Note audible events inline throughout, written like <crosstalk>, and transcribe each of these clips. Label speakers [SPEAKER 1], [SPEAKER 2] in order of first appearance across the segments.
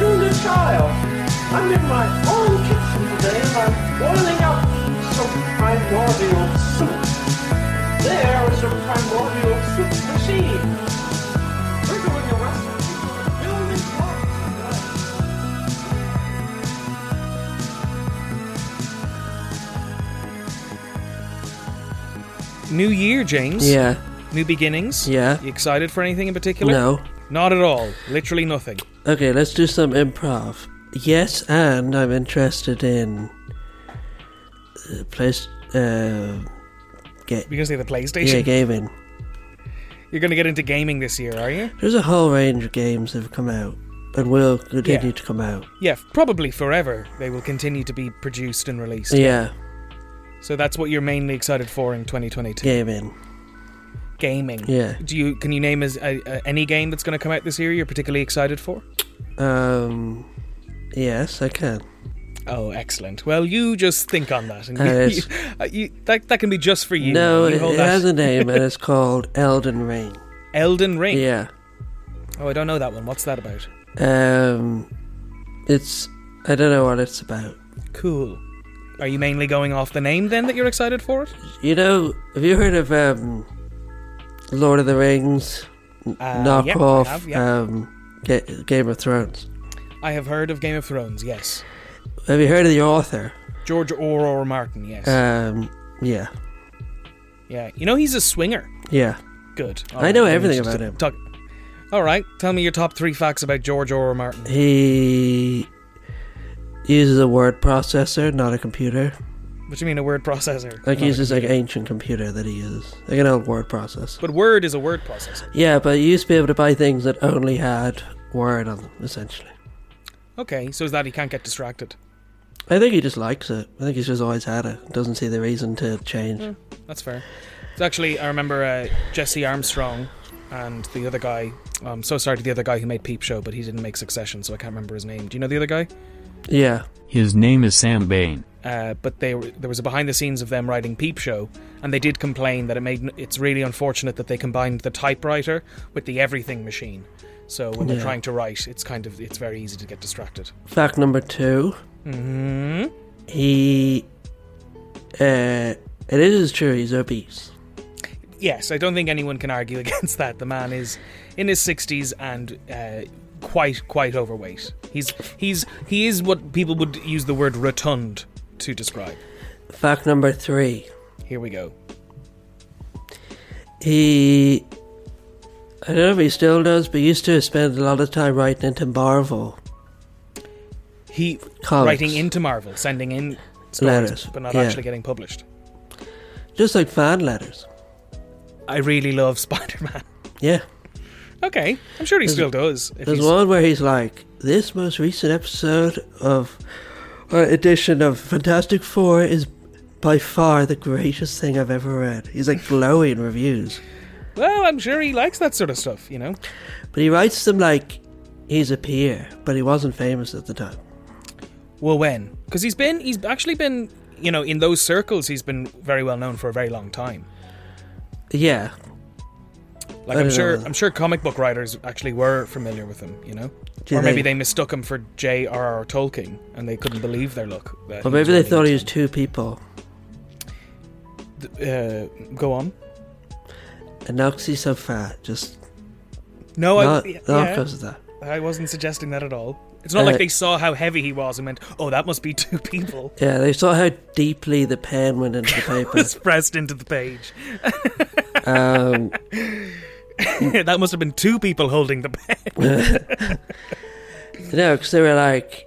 [SPEAKER 1] child. I'm in my own kitchen today and I'm boiling up some primordial soup. There is a primordial soup machine. We're doing a recipe for a million bucks.
[SPEAKER 2] New year, James.
[SPEAKER 3] Yeah.
[SPEAKER 2] New beginnings.
[SPEAKER 3] Yeah.
[SPEAKER 2] You excited for anything in particular?
[SPEAKER 3] No.
[SPEAKER 2] Not at all. Literally nothing.
[SPEAKER 3] Okay, let's do some improv. Yes, and I'm interested in uh, place. Uh, get
[SPEAKER 2] Because they're the PlayStation.
[SPEAKER 3] yeah, gaming.
[SPEAKER 2] You're going to get into gaming this year, are you?
[SPEAKER 3] There's a whole range of games that have come out and will continue
[SPEAKER 2] Yeah.
[SPEAKER 3] to come out.
[SPEAKER 2] Yeah, f- probably forever. They will continue to be produced and released.
[SPEAKER 3] Yeah,
[SPEAKER 2] So that's what you're mainly excited for in 2022.
[SPEAKER 3] gaming.
[SPEAKER 2] Gaming.
[SPEAKER 3] Yeah.
[SPEAKER 2] Do you can you name as uh, uh, any game that's going to come out this year you're particularly excited for?
[SPEAKER 3] Um, yes, I can.
[SPEAKER 2] Oh, excellent. Well, you just think on that, and
[SPEAKER 3] Uh,
[SPEAKER 2] you- <laughs> you,
[SPEAKER 3] it's-
[SPEAKER 2] uh, you, that that can be just for you.
[SPEAKER 3] no,
[SPEAKER 2] You
[SPEAKER 3] it,
[SPEAKER 2] hold
[SPEAKER 3] it
[SPEAKER 2] that-
[SPEAKER 3] has a
[SPEAKER 2] <laughs>
[SPEAKER 3] name and it's called Elden Ring.
[SPEAKER 2] Elden Ring.
[SPEAKER 3] Yeah.
[SPEAKER 2] Oh, I don't know that one. What's that about?
[SPEAKER 3] Um, it's I don't know what it's about.
[SPEAKER 2] Cool. Are you mainly going off the name then that you're excited for it?
[SPEAKER 3] You know, have you heard of um, Lord of the Rings?
[SPEAKER 2] Uh,
[SPEAKER 3] knockoff
[SPEAKER 2] yep, I
[SPEAKER 3] off
[SPEAKER 2] have, yep.
[SPEAKER 3] um, Ga- Game of Thrones.
[SPEAKER 2] I have heard of Game of Thrones. Yes,
[SPEAKER 3] Have you heard of the author?
[SPEAKER 2] George Orr or Martin. Yes.
[SPEAKER 3] Um, yeah,
[SPEAKER 2] yeah. You know he's a swinger.
[SPEAKER 3] yeah.
[SPEAKER 2] Good. All
[SPEAKER 3] I know
[SPEAKER 2] maybe we
[SPEAKER 3] everything
[SPEAKER 2] should
[SPEAKER 3] about him.
[SPEAKER 2] Talk. All right. Tell me your top three facts about George Orr Martin.
[SPEAKER 3] He uses a word processor, not a computer.
[SPEAKER 2] What do you mean a word processor?
[SPEAKER 3] <laughs> Like he
[SPEAKER 2] No.
[SPEAKER 3] uses like ancient computer that he uses, like an old word processor.
[SPEAKER 2] But Word is a word processor.
[SPEAKER 3] Yeah, but you used to be able to buy things that only had word on them, essentially.
[SPEAKER 2] Okay. So is that he can't get distracted?
[SPEAKER 3] I think he just likes it. I think he's just always had it. Doesn't see the reason to change.
[SPEAKER 2] Hmm. That's fair. It's actually, I remember uh, Jesse Armstrong and the other guy. I'm so sorry to the other guy who made Peep Show, but he didn't make Succession, so I can't remember his name. Do you know the other guy?
[SPEAKER 3] Yeah,
[SPEAKER 4] His name is Sam Bain.
[SPEAKER 2] Uh, but they were, there was a behind the scenes of them writing Peep Show, and they did complain that it made it's really unfortunate that they combined the typewriter with the everything machine. So when they're
[SPEAKER 3] Yeah.
[SPEAKER 2] trying to write, it's kind of it's very easy to get distracted.
[SPEAKER 3] Fact number two.
[SPEAKER 2] hmm
[SPEAKER 3] He. Uh, it is true, he's obese.
[SPEAKER 2] Yes, I don't think anyone can argue <laughs> against that. The man is in his sixties and uh, quite quite overweight. He's he's he is what people would use the word rotund to describe.
[SPEAKER 3] Fact number three.
[SPEAKER 2] Here we go.
[SPEAKER 3] He. I don't know if he still does, but he used to spend a lot of time writing into Marvel
[SPEAKER 2] He
[SPEAKER 3] Comics.
[SPEAKER 2] writing into Marvel, sending in stories,
[SPEAKER 3] Letters,
[SPEAKER 2] but not
[SPEAKER 3] yeah.
[SPEAKER 2] actually getting published.
[SPEAKER 3] Just like fan letters.
[SPEAKER 2] I really love <laughs> Spider Man.
[SPEAKER 3] Yeah.
[SPEAKER 2] Okay, I'm sure he still does. If
[SPEAKER 3] There's
[SPEAKER 2] he's-
[SPEAKER 3] one where he's like, this most recent episode of. or edition of Fantastic Four is by far the greatest thing I've ever read. He's like glowing reviews.
[SPEAKER 2] Well, I'm sure he likes that sort of stuff, you know.
[SPEAKER 3] But he writes them like he's a peer, but he wasn't famous at the time.
[SPEAKER 2] Well, when? Because he's been he's actually been you know in those circles he's been very well known for a very long time.
[SPEAKER 3] Yeah,
[SPEAKER 2] Like
[SPEAKER 3] I
[SPEAKER 2] I'm
[SPEAKER 3] don't
[SPEAKER 2] sure,
[SPEAKER 3] know.
[SPEAKER 2] I'm sure comic book writers actually were familiar with him, you know,
[SPEAKER 3] Do
[SPEAKER 2] or
[SPEAKER 3] they?
[SPEAKER 2] maybe they mistook him for J.R.R. Tolkien and they couldn't believe their luck. that he
[SPEAKER 3] Or
[SPEAKER 2] was
[SPEAKER 3] maybe they
[SPEAKER 2] writing
[SPEAKER 3] thought
[SPEAKER 2] it.
[SPEAKER 3] he was two people.
[SPEAKER 2] Uh, go on.
[SPEAKER 3] And now 'cause he's so fat, just
[SPEAKER 2] No,
[SPEAKER 3] not,
[SPEAKER 2] I,
[SPEAKER 3] not
[SPEAKER 2] yeah,
[SPEAKER 3] because of that.
[SPEAKER 2] I wasn't suggesting that at all. It's not
[SPEAKER 3] Uh,
[SPEAKER 2] like they saw how heavy he was and went, "Oh, that must be <laughs> two
[SPEAKER 3] <laughs>
[SPEAKER 2] people."
[SPEAKER 3] Yeah, they saw how deeply the pen went into the
[SPEAKER 2] <laughs>
[SPEAKER 3] paper.
[SPEAKER 2] It's pressed into the page.
[SPEAKER 3] um,
[SPEAKER 2] <laughs> that must have been two people holding the pen.
[SPEAKER 3] no, because they were like,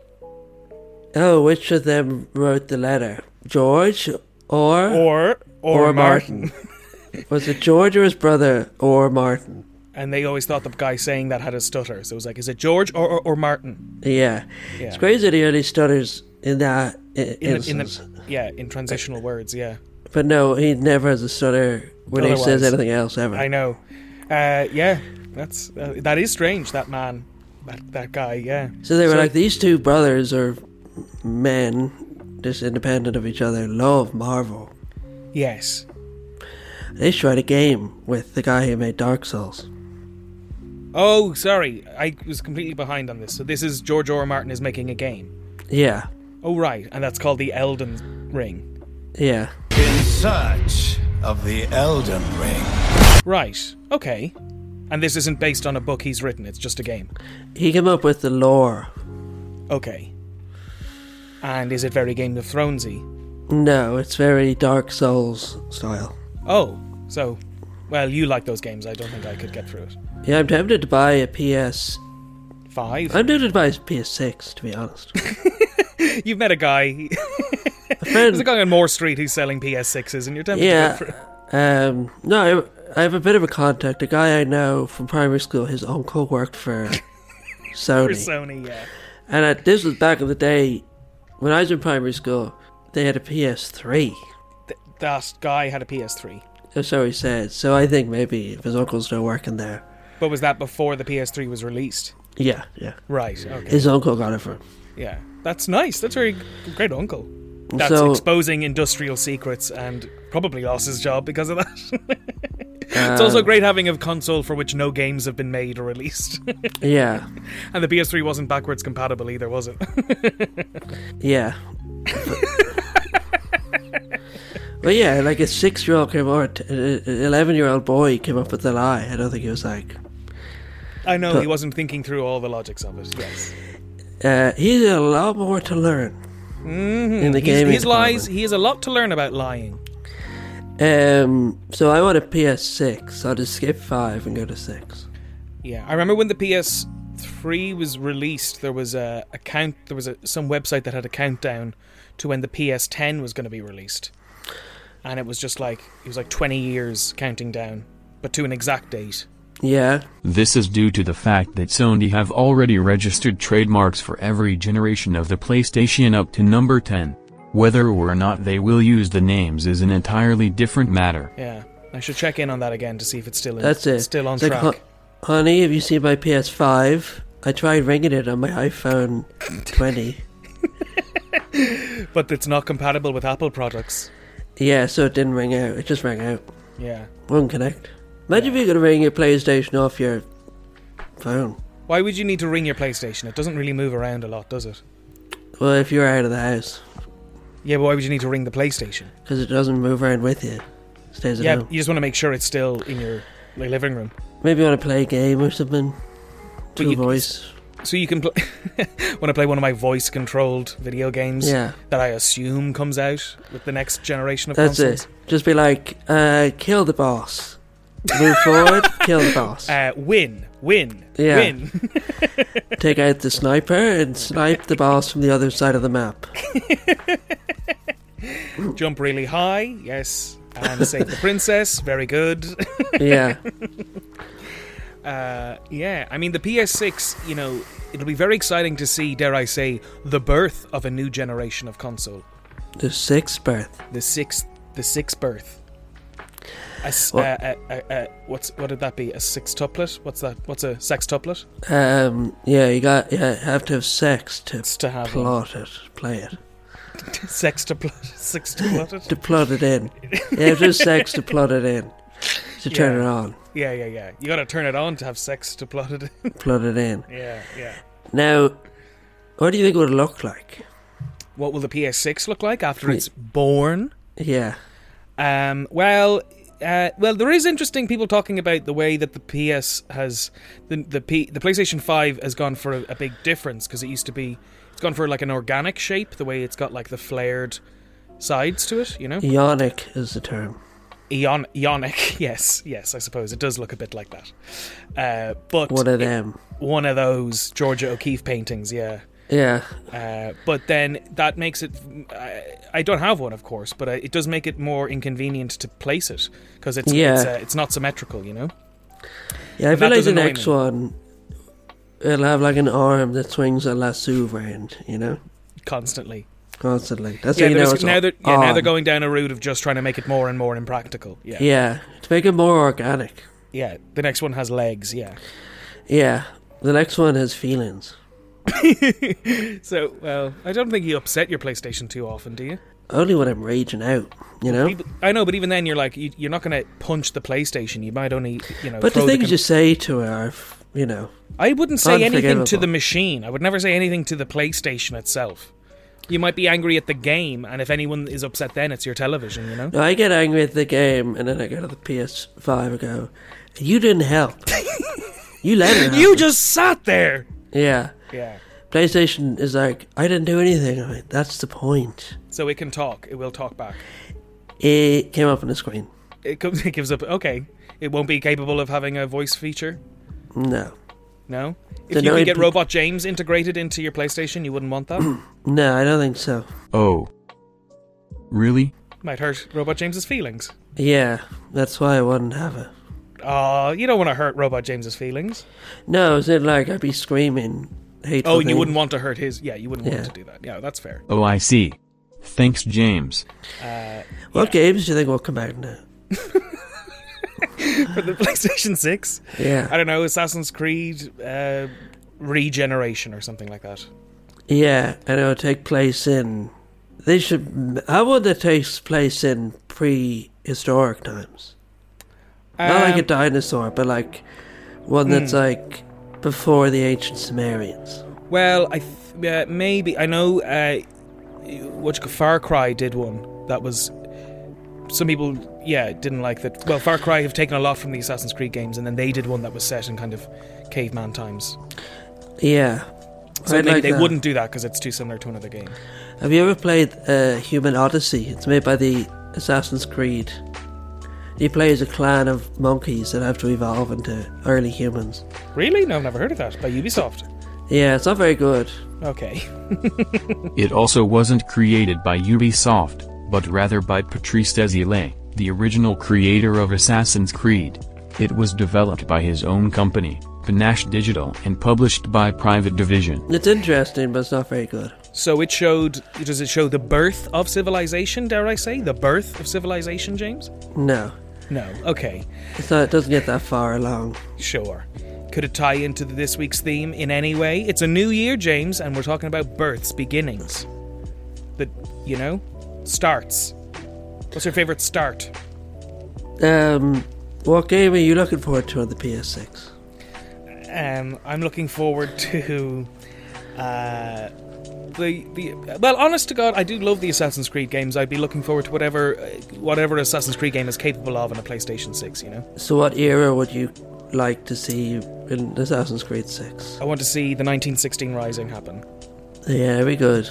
[SPEAKER 3] "Oh, which of them wrote the letter, George or
[SPEAKER 2] <laughs> Or or, Martin. <laughs>
[SPEAKER 3] was it George or his brother or Martin?"
[SPEAKER 2] And they always thought the guy saying that had a stutter. So it was like, is it George or, or, or Martin?
[SPEAKER 3] Yeah.
[SPEAKER 2] Yeah.
[SPEAKER 3] it's crazy that he only stutters in that i-
[SPEAKER 2] in the, in
[SPEAKER 3] instance.
[SPEAKER 2] the yeah in transitional words yeah
[SPEAKER 3] but no, he never has a stutter when he says
[SPEAKER 2] Otherwise.
[SPEAKER 3] anything else ever.
[SPEAKER 2] i know uh yeah that's uh, that is strange that man that that guy yeah
[SPEAKER 3] So they were
[SPEAKER 2] So-
[SPEAKER 3] like, these two brothers are men, just independent of each other, love Marvel.
[SPEAKER 2] yes
[SPEAKER 3] They tried a game with the guy who made Dark Souls.
[SPEAKER 2] Oh, sorry, I was completely behind on this. So this is George R. R. Martin is making a game.
[SPEAKER 3] Yeah,
[SPEAKER 2] Oh right, and that's called the Elden Ring.
[SPEAKER 3] yeah.
[SPEAKER 5] In search of the Elden Ring.
[SPEAKER 2] Right. Okay. And this isn't based on a book he's written. It's just a game.
[SPEAKER 3] He came up with the lore.
[SPEAKER 2] Okay. And is it very Game of Thronesy?
[SPEAKER 3] No, it's very Dark Souls style.
[SPEAKER 2] Oh, so, well, you like those games. I don't think I could get through it.
[SPEAKER 3] Yeah, I'm tempted to buy a PS.
[SPEAKER 2] Five.
[SPEAKER 3] I'm tempted to buy a PS6, to be honest.
[SPEAKER 2] You've met a guy. <laughs>
[SPEAKER 3] A <laughs> friend-
[SPEAKER 2] There's a guy on Moore Street who's selling PS6s, and you're tempted
[SPEAKER 3] yeah.
[SPEAKER 2] to go for it.
[SPEAKER 3] Um, no, I, I have a bit of a contact. A guy I know from primary school, his uncle worked for
[SPEAKER 2] for
[SPEAKER 3] Sony.
[SPEAKER 2] Sony. Yeah.
[SPEAKER 3] and uh, this was back in the day when I was in primary school, they had a PS3.
[SPEAKER 2] Th- that guy had a PS3.
[SPEAKER 3] Or so he said. So I think maybe if his uncle's still working there.
[SPEAKER 2] But was that before the PS3 was released?
[SPEAKER 3] Yeah, yeah.
[SPEAKER 2] Right. Okay.
[SPEAKER 3] His uncle got it for him.
[SPEAKER 2] Yeah. That's nice. That's very g- great, uncle. That's
[SPEAKER 3] So-
[SPEAKER 2] exposing industrial secrets and probably lost his job because of that. <laughs> it's
[SPEAKER 3] Uh.
[SPEAKER 2] also great having a console for which no games have been made or released.
[SPEAKER 3] Yeah,
[SPEAKER 2] and the PS3 wasn't backwards compatible either, was it? <laughs>
[SPEAKER 3] yeah. but yeah, like a six-year-old came or t- an eleven-year-old boy came up with the lie. I don't think he was like.
[SPEAKER 2] I know he wasn't thinking through all the logics of it. Yes.
[SPEAKER 3] Uh, he's a lot more to learn in the
[SPEAKER 2] His,
[SPEAKER 3] game.
[SPEAKER 2] his Mm-hmm. lies, he has a lot to learn about lying.
[SPEAKER 3] Um, so I want a PS6. I'll just skip five and go to six.
[SPEAKER 2] Yeah, I remember when the PS3 was released, there was a, a count. There was a, some website that had a countdown to when the PS10 was going to be released, and it was just like it was like twenty years counting down, but to an exact date.
[SPEAKER 3] Yeah,
[SPEAKER 4] This is due to the fact that Sony have already registered trademarks for every generation of the PlayStation up to number 10. Whether or not they will use the names is an entirely different matter.
[SPEAKER 2] Yeah, I should check in on that again to see if it's still in,
[SPEAKER 3] that's it.
[SPEAKER 2] still on
[SPEAKER 3] It's like,
[SPEAKER 2] track.
[SPEAKER 3] "Hon- Honey, have you seen my PS5? I tried ringing it on my iPhone 20.
[SPEAKER 2] but it's not compatible with Apple products.
[SPEAKER 3] Yeah, so it didn't ring out. It just rang out.
[SPEAKER 2] Yeah,
[SPEAKER 3] Won't connect. Imagine if you could ring your PlayStation off your phone.
[SPEAKER 2] why would you need to ring your PlayStation? It doesn't really move around a lot, does it?
[SPEAKER 3] Well, if you're out of the house,
[SPEAKER 2] Yeah, but why would you need to ring the PlayStation?
[SPEAKER 3] because it doesn't move around with you. It stays at
[SPEAKER 2] Yeah,
[SPEAKER 3] home.
[SPEAKER 2] you just want to make sure it's still in your like, living room.
[SPEAKER 3] Maybe you want to play a game or something. Two
[SPEAKER 2] you-
[SPEAKER 3] voice.
[SPEAKER 2] So you <laughs> can play when I play one of my voice-controlled video games
[SPEAKER 3] Yeah.
[SPEAKER 2] that I assume comes out with the next generation of
[SPEAKER 3] That's
[SPEAKER 2] consoles.
[SPEAKER 3] it. Just be like, uh, kill the boss. Move forward,
[SPEAKER 2] <laughs>
[SPEAKER 3] kill the boss.
[SPEAKER 2] Uh, win, win,
[SPEAKER 3] Yeah.
[SPEAKER 2] win. <laughs>
[SPEAKER 3] Take out the sniper and snipe the boss from the other side of the map.
[SPEAKER 2] Jump really high, yes, and save the princess. Very good. <laughs>
[SPEAKER 3] Yeah.
[SPEAKER 2] Uh, yeah, I mean the PS6. You know, it'll be very exciting to see. Dare I say, the birth of a new generation of console.
[SPEAKER 3] the sixth birth.
[SPEAKER 2] The sixth, the sixth birth. A, s-
[SPEAKER 3] What-
[SPEAKER 2] uh, uh, uh, uh, what's what did that be? A sextuplet? What's that? What's a sextuplet?
[SPEAKER 3] Um, yeah, you got yeah, have to have sex to,
[SPEAKER 2] It's to have <laughs> one.
[SPEAKER 3] plot it, play it.
[SPEAKER 2] Sex to plot, sex to plot it. <laughs>
[SPEAKER 3] To plot it in. Yeah, just sex to plot it in. To turn
[SPEAKER 2] Yeah.
[SPEAKER 3] it on.
[SPEAKER 2] Yeah, yeah, yeah. You gotta turn it on to have sex to plot <laughs> it.
[SPEAKER 3] Plot it in.
[SPEAKER 2] yeah, yeah.
[SPEAKER 3] Now, what do you think it would look like?
[SPEAKER 2] What will the PS6 look like after it's born?
[SPEAKER 3] Yeah.
[SPEAKER 2] Um, well, uh, well, there is interesting people talking about the way that the PS has the the P, the PlayStation Five has gone for a, a big difference because it used to be it's gone for like an organic shape, the way it's got like the flared sides to it, you know,
[SPEAKER 3] Ionic is the term.
[SPEAKER 2] Ion- ionic. <laughs> Yes, yes, I suppose it does look a bit like that. Uh, but
[SPEAKER 3] One of
[SPEAKER 2] it-
[SPEAKER 3] them.
[SPEAKER 2] one of those Georgia O'Keeffe paintings, yeah.
[SPEAKER 3] Yeah.
[SPEAKER 2] Uh, but then that makes it. I, I don't have one, of course, but I, it does make it more inconvenient to place it because it's
[SPEAKER 3] Yeah.
[SPEAKER 2] it's, uh, it's not symmetrical, you know.
[SPEAKER 3] Yeah, I
[SPEAKER 2] And that
[SPEAKER 3] feel like
[SPEAKER 2] does
[SPEAKER 3] the
[SPEAKER 2] annoy
[SPEAKER 3] next
[SPEAKER 2] me.
[SPEAKER 3] one, it'll have like an arm that swings a lasso around, you know,
[SPEAKER 2] Constantly,
[SPEAKER 3] constantly. That's
[SPEAKER 2] yeah.
[SPEAKER 3] how you know
[SPEAKER 2] there's-
[SPEAKER 3] it's
[SPEAKER 2] now they're yeah, now
[SPEAKER 3] on.
[SPEAKER 2] they're going down a route of just trying to make it more and more impractical. Yeah, yeah.
[SPEAKER 3] Yeah, to make it more organic.
[SPEAKER 2] The next one has legs. Yeah.
[SPEAKER 3] Yeah, the next one has feelings.
[SPEAKER 2] So well, I don't think you upset your PlayStation too often, do you?
[SPEAKER 3] Only when I'm raging out, you know.
[SPEAKER 2] People- I know, but even then, you're like, you, you're not going to punch the PlayStation. You might only, you know.
[SPEAKER 3] But the
[SPEAKER 2] throw
[SPEAKER 3] things
[SPEAKER 2] con-
[SPEAKER 3] you say to her, are, you know,
[SPEAKER 2] I wouldn't say anything to
[SPEAKER 3] Unforgivable.
[SPEAKER 2] the machine. I would never say anything to the PlayStation itself. You might be angry at the game, and if anyone is upset, then it's your television. You know.
[SPEAKER 3] No, I get angry at the game, and then I go to the PS5 and go, "You
[SPEAKER 2] <laughs>
[SPEAKER 3] didn't help. you let it.
[SPEAKER 2] You
[SPEAKER 3] happen."
[SPEAKER 2] just sat there.
[SPEAKER 3] yeah."
[SPEAKER 2] Yeah.
[SPEAKER 3] PlayStation is like, "I didn't do anything." I'm like, That's the point.
[SPEAKER 2] So it can talk. It will talk back.
[SPEAKER 3] It came up on the screen.
[SPEAKER 2] It comes. It gives up. Okay. It won't be capable of having a voice feature.
[SPEAKER 3] No,
[SPEAKER 2] No.
[SPEAKER 3] The
[SPEAKER 2] If you could
[SPEAKER 3] annoyed
[SPEAKER 2] get
[SPEAKER 3] peop-
[SPEAKER 2] Robot James integrated into your PlayStation, you wouldn't want
[SPEAKER 3] <clears throat>
[SPEAKER 2] that.
[SPEAKER 3] no, I don't think so.
[SPEAKER 4] Oh. Really?
[SPEAKER 2] Might hurt Robot James's feelings.
[SPEAKER 3] Yeah, that's why I wouldn't have it.
[SPEAKER 2] Oh, you don't want to hurt Robot James's feelings.
[SPEAKER 3] No, is it like I'd be screaming hateful?
[SPEAKER 2] Oh, and you
[SPEAKER 3] things.
[SPEAKER 2] wouldn't want to hurt his. Yeah, you wouldn't
[SPEAKER 3] Yeah.
[SPEAKER 2] want to do that. Yeah, that's fair.
[SPEAKER 4] Oh, I see. Thanks, James.
[SPEAKER 3] What games do you think will come out now?
[SPEAKER 2] For the <laughs> PlayStation Six, I
[SPEAKER 3] Yeah,
[SPEAKER 2] don't know Assassin's Creed uh, Regeneration or something like that.
[SPEAKER 3] yeah, and it'll take place in. They should. How would that takes place in prehistoric times? Not like a
[SPEAKER 2] Um, hmm.
[SPEAKER 3] dinosaur, but like one that's like before the ancient Sumerians.
[SPEAKER 2] Well, I th- uh, maybe I know. Uh, what you call- Far Cry did one that was. Some people, yeah, didn't like that. Well, Far Cry have taken a lot from the Assassin's Creed games, and then they did one that was set in kind of caveman times.
[SPEAKER 3] Yeah.
[SPEAKER 2] So
[SPEAKER 3] I'd
[SPEAKER 2] maybe
[SPEAKER 3] like
[SPEAKER 2] they
[SPEAKER 3] that.
[SPEAKER 2] wouldn't do that because it's too similar to another game.
[SPEAKER 3] Have you ever played uh, Human Odyssey? It's made by the Assassin's Creed. You play as a clan of monkeys that have to evolve into early humans.
[SPEAKER 2] Really? No, I've never heard of that. By Ubisoft.
[SPEAKER 3] Yeah, it's not very good.
[SPEAKER 2] Okay.
[SPEAKER 4] It also wasn't created by Ubisoft, but rather by Patrice Désilets, the original creator of Assassin's Creed. It was developed by his own company, Panache Digital, and published by Private Division.
[SPEAKER 3] It's interesting, but it's not very good.
[SPEAKER 2] So it showed. Does it show the birth of civilization? Dare I say the birth of civilization, James?
[SPEAKER 3] No,
[SPEAKER 2] No. Okay.
[SPEAKER 3] it's not, it doesn't get that far along.
[SPEAKER 2] Sure. Could it tie into this week's theme in any way? It's a new year, James, and we're talking about births, beginnings. That you know, starts. What's your favorite start?
[SPEAKER 3] Um, what game are you looking forward to on the PS6?
[SPEAKER 2] Um, I'm looking forward to uh, the the. Well, honest to God, I do love the Assassin's Creed games. I'd be looking forward to whatever uh, whatever Assassin's Creed game is capable of on a PlayStation Six. You know.
[SPEAKER 3] So, what era would you like to see in Assassin's Creed 6?
[SPEAKER 2] I want to see the 1916 Rising happen.
[SPEAKER 3] Yeah, very good.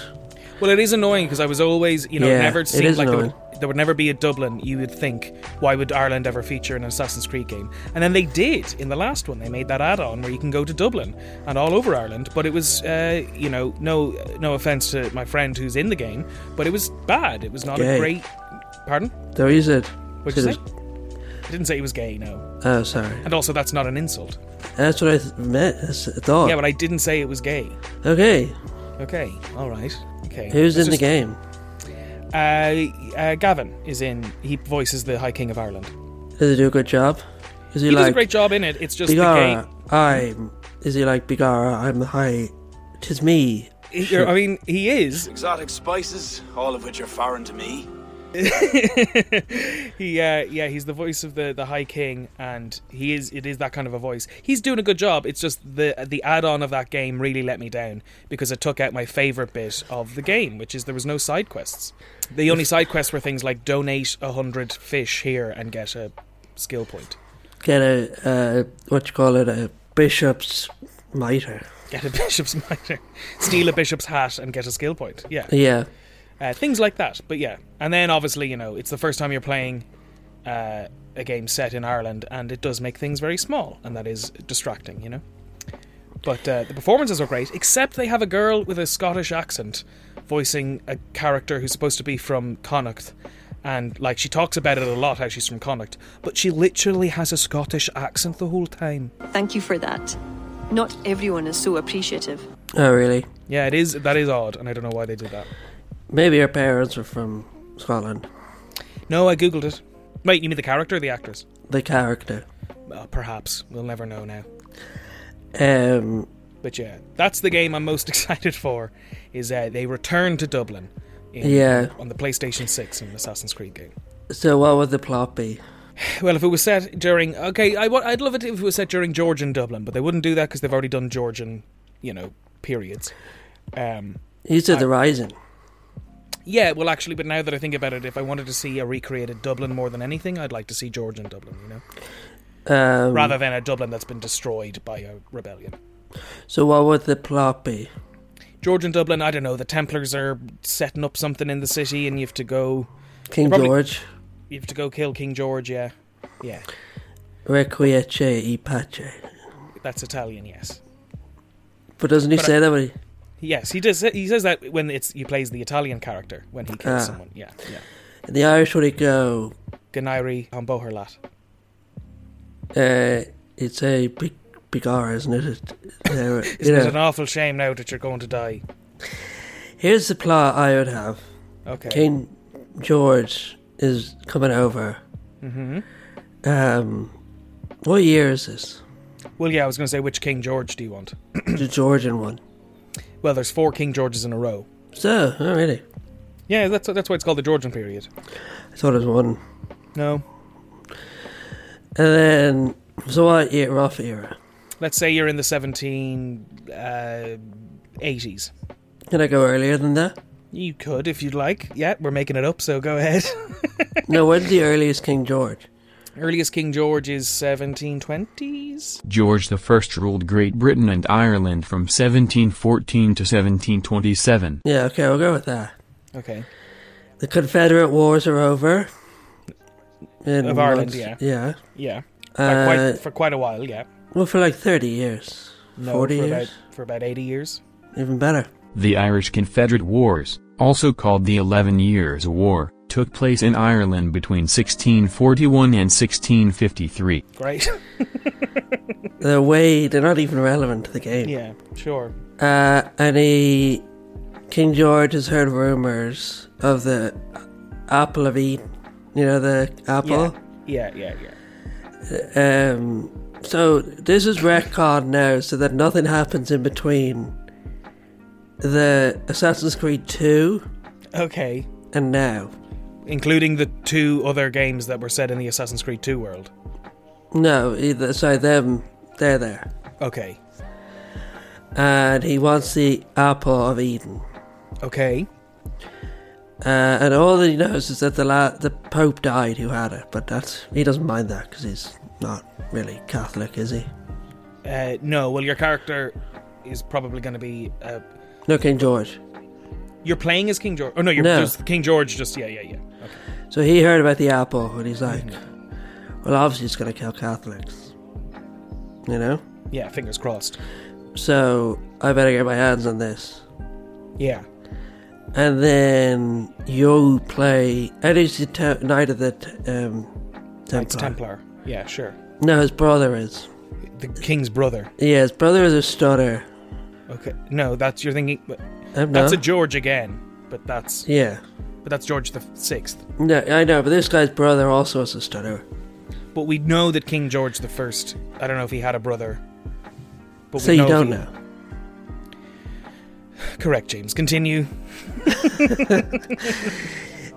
[SPEAKER 2] Well, it is annoying because I was always, you know, it
[SPEAKER 3] Yeah,
[SPEAKER 2] never
[SPEAKER 3] it
[SPEAKER 2] seemed
[SPEAKER 3] is
[SPEAKER 2] like there would,
[SPEAKER 3] annoying.
[SPEAKER 2] there would never be a Dublin. You would think, why would Ireland ever feature in an Assassin's Creed game? And then they did in the last one. They made that add-on where you can go to Dublin and all over Ireland. But it was, uh, you know, no, no offense to my friend who's in the game, but it was bad. It was not
[SPEAKER 3] Gay.
[SPEAKER 2] a great. Pardon?
[SPEAKER 3] There is it.
[SPEAKER 2] What'd you say? I didn't say he was gay, no.
[SPEAKER 3] Oh, sorry.
[SPEAKER 2] And also, that's not an insult.
[SPEAKER 3] That's what I th- meant. That's I thought.
[SPEAKER 2] Yeah, but I didn't say it was gay.
[SPEAKER 3] okay,
[SPEAKER 2] Okay, all right. Okay.
[SPEAKER 3] who's
[SPEAKER 2] It's
[SPEAKER 3] in the
[SPEAKER 2] just-
[SPEAKER 3] game?
[SPEAKER 2] Uh, uh, Gavin is in. He voices the High King of Ireland.
[SPEAKER 3] Does he do a good job? Is he,
[SPEAKER 2] He
[SPEAKER 3] like
[SPEAKER 2] does a great job in it. It's just the
[SPEAKER 3] Bigara? I'm. Is he like Bigara? I'm the high. Tis me.
[SPEAKER 2] game. he-
[SPEAKER 3] <laughs>
[SPEAKER 2] I mean, he is.
[SPEAKER 5] Exotic spices, all of which are foreign to me.
[SPEAKER 2] He, uh, yeah, he's the voice of the the High King, and he is. It is that kind of a voice. He's doing a good job. It's just the the add on of that game really let me down because it took out my favorite bit of the game, which is there was no side quests. The only side quests were things like donate a hundred fish here and get a skill point.
[SPEAKER 3] Get a uh, what you call it a bishop's mitre.
[SPEAKER 2] Get a <laughs> bishop's mitre, steal a bishop's hat, and get a skill point. Yeah,
[SPEAKER 3] Yeah,
[SPEAKER 2] uh, things like that. But yeah, and then obviously you know it's the first time you're playing uh, a game set in Ireland, and it does make things very small, and that is distracting, you know. But uh, the performances are great, except they have a girl with a Scottish accent voicing a character who's supposed to be from Connacht. And like she talks about it a lot, how she's from Connacht, but she literally has a Scottish accent the whole time.
[SPEAKER 6] Thank you for that. Not everyone is so appreciative.
[SPEAKER 3] oh really?
[SPEAKER 2] Yeah, it is that is odd, and I don't know why they did that.
[SPEAKER 3] Maybe her parents were from Scotland.
[SPEAKER 2] No, I googled it. Wait, you mean the character, or the actress?
[SPEAKER 3] The character.
[SPEAKER 2] Uh, perhaps we'll never know now.
[SPEAKER 3] Um,
[SPEAKER 2] <laughs> But yeah, that's the game I'm most excited for. Is uh, they return to Dublin in,
[SPEAKER 3] Yeah.
[SPEAKER 2] on the PlayStation 6 in an Assassin's Creed game.
[SPEAKER 3] So what would the plot be?
[SPEAKER 2] Well, if it was set during, okay, I, wa- I'd love it if it was set during Georgian Dublin, but they wouldn't do that because they've already done Georgian, you know, periods. Um,
[SPEAKER 3] You said the Rising.
[SPEAKER 2] yeah, well, actually, but now that I think about it, if I wanted to see a recreated Dublin more than anything, I'd like to see Georgian Dublin, you know,
[SPEAKER 3] Um,
[SPEAKER 2] rather than a Dublin that's been destroyed by a rebellion.
[SPEAKER 3] So what would the plot be?
[SPEAKER 2] Georgian Dublin, I don't know, the Templars are setting up something in the city, and you have to go,
[SPEAKER 3] King
[SPEAKER 2] Probably-
[SPEAKER 3] George,
[SPEAKER 2] you have to go kill King George. Yeah, yeah,
[SPEAKER 3] Requiesce e pace.
[SPEAKER 2] that's Italian. Yes,
[SPEAKER 3] But doesn't he
[SPEAKER 2] But I-
[SPEAKER 3] say that when he...
[SPEAKER 2] yes, he does. He says that when it's he plays the Italian character when he kills
[SPEAKER 3] Ah.
[SPEAKER 2] someone. Yeah, yeah.
[SPEAKER 3] In the Irish when he go,
[SPEAKER 2] Ganairi Amboherlat.
[SPEAKER 3] uh, it's a big, big R, isn't it? it there- you
[SPEAKER 2] <laughs> Isn't it
[SPEAKER 3] know.
[SPEAKER 2] an awful shame now that you're going to die?
[SPEAKER 3] Here's the plot I would have.
[SPEAKER 2] Okay.
[SPEAKER 3] King George is coming over. Mm-hmm. Um, what year is this?
[SPEAKER 2] Well, yeah, I was going to say, which King George do you want?
[SPEAKER 3] the Georgian one.
[SPEAKER 2] Well, there's four King Georges in a row.
[SPEAKER 3] So, oh really?
[SPEAKER 2] Yeah, that's that's why it's called the Georgian period.
[SPEAKER 3] I thought it was one.
[SPEAKER 2] No,
[SPEAKER 3] And then, so what year, rough era?
[SPEAKER 2] let's say you're in the 1780s. Uh, 80s.
[SPEAKER 3] Can I go earlier than that?
[SPEAKER 2] you could, if you'd like. Yeah, we're making it up, so go ahead. <laughs>
[SPEAKER 3] No, when's the earliest King George?
[SPEAKER 2] Earliest King George is 1720s.
[SPEAKER 4] George I ruled Great Britain and Ireland from 1714 to 1727.
[SPEAKER 3] Yeah, okay, we'll go with that.
[SPEAKER 2] Okay.
[SPEAKER 3] The Confederate Wars are over. In
[SPEAKER 2] Of Ireland,
[SPEAKER 3] months-
[SPEAKER 2] yeah.
[SPEAKER 3] Yeah.
[SPEAKER 2] Yeah.
[SPEAKER 3] Uh,
[SPEAKER 2] For, quite, for quite a while, yeah.
[SPEAKER 3] Well, for like 30 years.
[SPEAKER 2] No,
[SPEAKER 3] 40
[SPEAKER 2] for
[SPEAKER 3] years.
[SPEAKER 2] about for about 80 years.
[SPEAKER 3] Even better.
[SPEAKER 4] The Irish Confederate Wars, also called the Eleven Years' War, took place in Ireland between 1641 and 1653.
[SPEAKER 2] Great. <laughs>
[SPEAKER 3] They're way, they're not even relevant to the game.
[SPEAKER 2] yeah, sure.
[SPEAKER 3] Uh, and he, King George has heard rumors of the Apple of Eden. You know, the apple?
[SPEAKER 2] Yeah, yeah, yeah.
[SPEAKER 3] Um, so this is retcon now, so that nothing happens in between the Assassin's Creed 2
[SPEAKER 2] yeah. Okay.
[SPEAKER 3] and now.
[SPEAKER 2] including the two other games that were set in the Assassin's Creed 2 world.
[SPEAKER 3] No, either, sorry, them, they're there.
[SPEAKER 2] Okay.
[SPEAKER 3] And he wants the apple of Eden.
[SPEAKER 2] Okay.
[SPEAKER 3] Uh, and all that he knows is that the la- the Pope died who had it, but that's he doesn't mind that because he's not really Catholic, is he?
[SPEAKER 2] Uh, no, well, your character is probably going to be. Uh,
[SPEAKER 3] No, King George.
[SPEAKER 2] you're playing as King George. Oh, no, you're
[SPEAKER 3] No.
[SPEAKER 2] just King George, just. Yeah, yeah, yeah. Okay.
[SPEAKER 3] So he heard about the apple, and he's like,
[SPEAKER 2] Mm.
[SPEAKER 3] "Well, obviously it's going to kill Catholics," you know.
[SPEAKER 2] Yeah, fingers crossed.
[SPEAKER 3] So I better get my hands on this.
[SPEAKER 2] Yeah.
[SPEAKER 3] And then you play. And it's the te- Knight of the t- um, Templar.
[SPEAKER 2] It's Templar. Yeah, sure.
[SPEAKER 3] No, his brother is.
[SPEAKER 2] The king's brother.
[SPEAKER 3] Yeah, his brother is a stutter.
[SPEAKER 2] Okay. No, that's. You're thinking. but
[SPEAKER 3] Um,
[SPEAKER 2] That's
[SPEAKER 3] no?
[SPEAKER 2] a George again. But that's.
[SPEAKER 3] Yeah.
[SPEAKER 2] But that's George the Sixth.
[SPEAKER 3] No, I know, but this guy's brother also is a stutter.
[SPEAKER 2] But we know that King George the First. I don't know if he had a brother. But
[SPEAKER 3] So you
[SPEAKER 2] if
[SPEAKER 3] don't
[SPEAKER 2] he-
[SPEAKER 3] know.
[SPEAKER 2] Correct, James. Continue.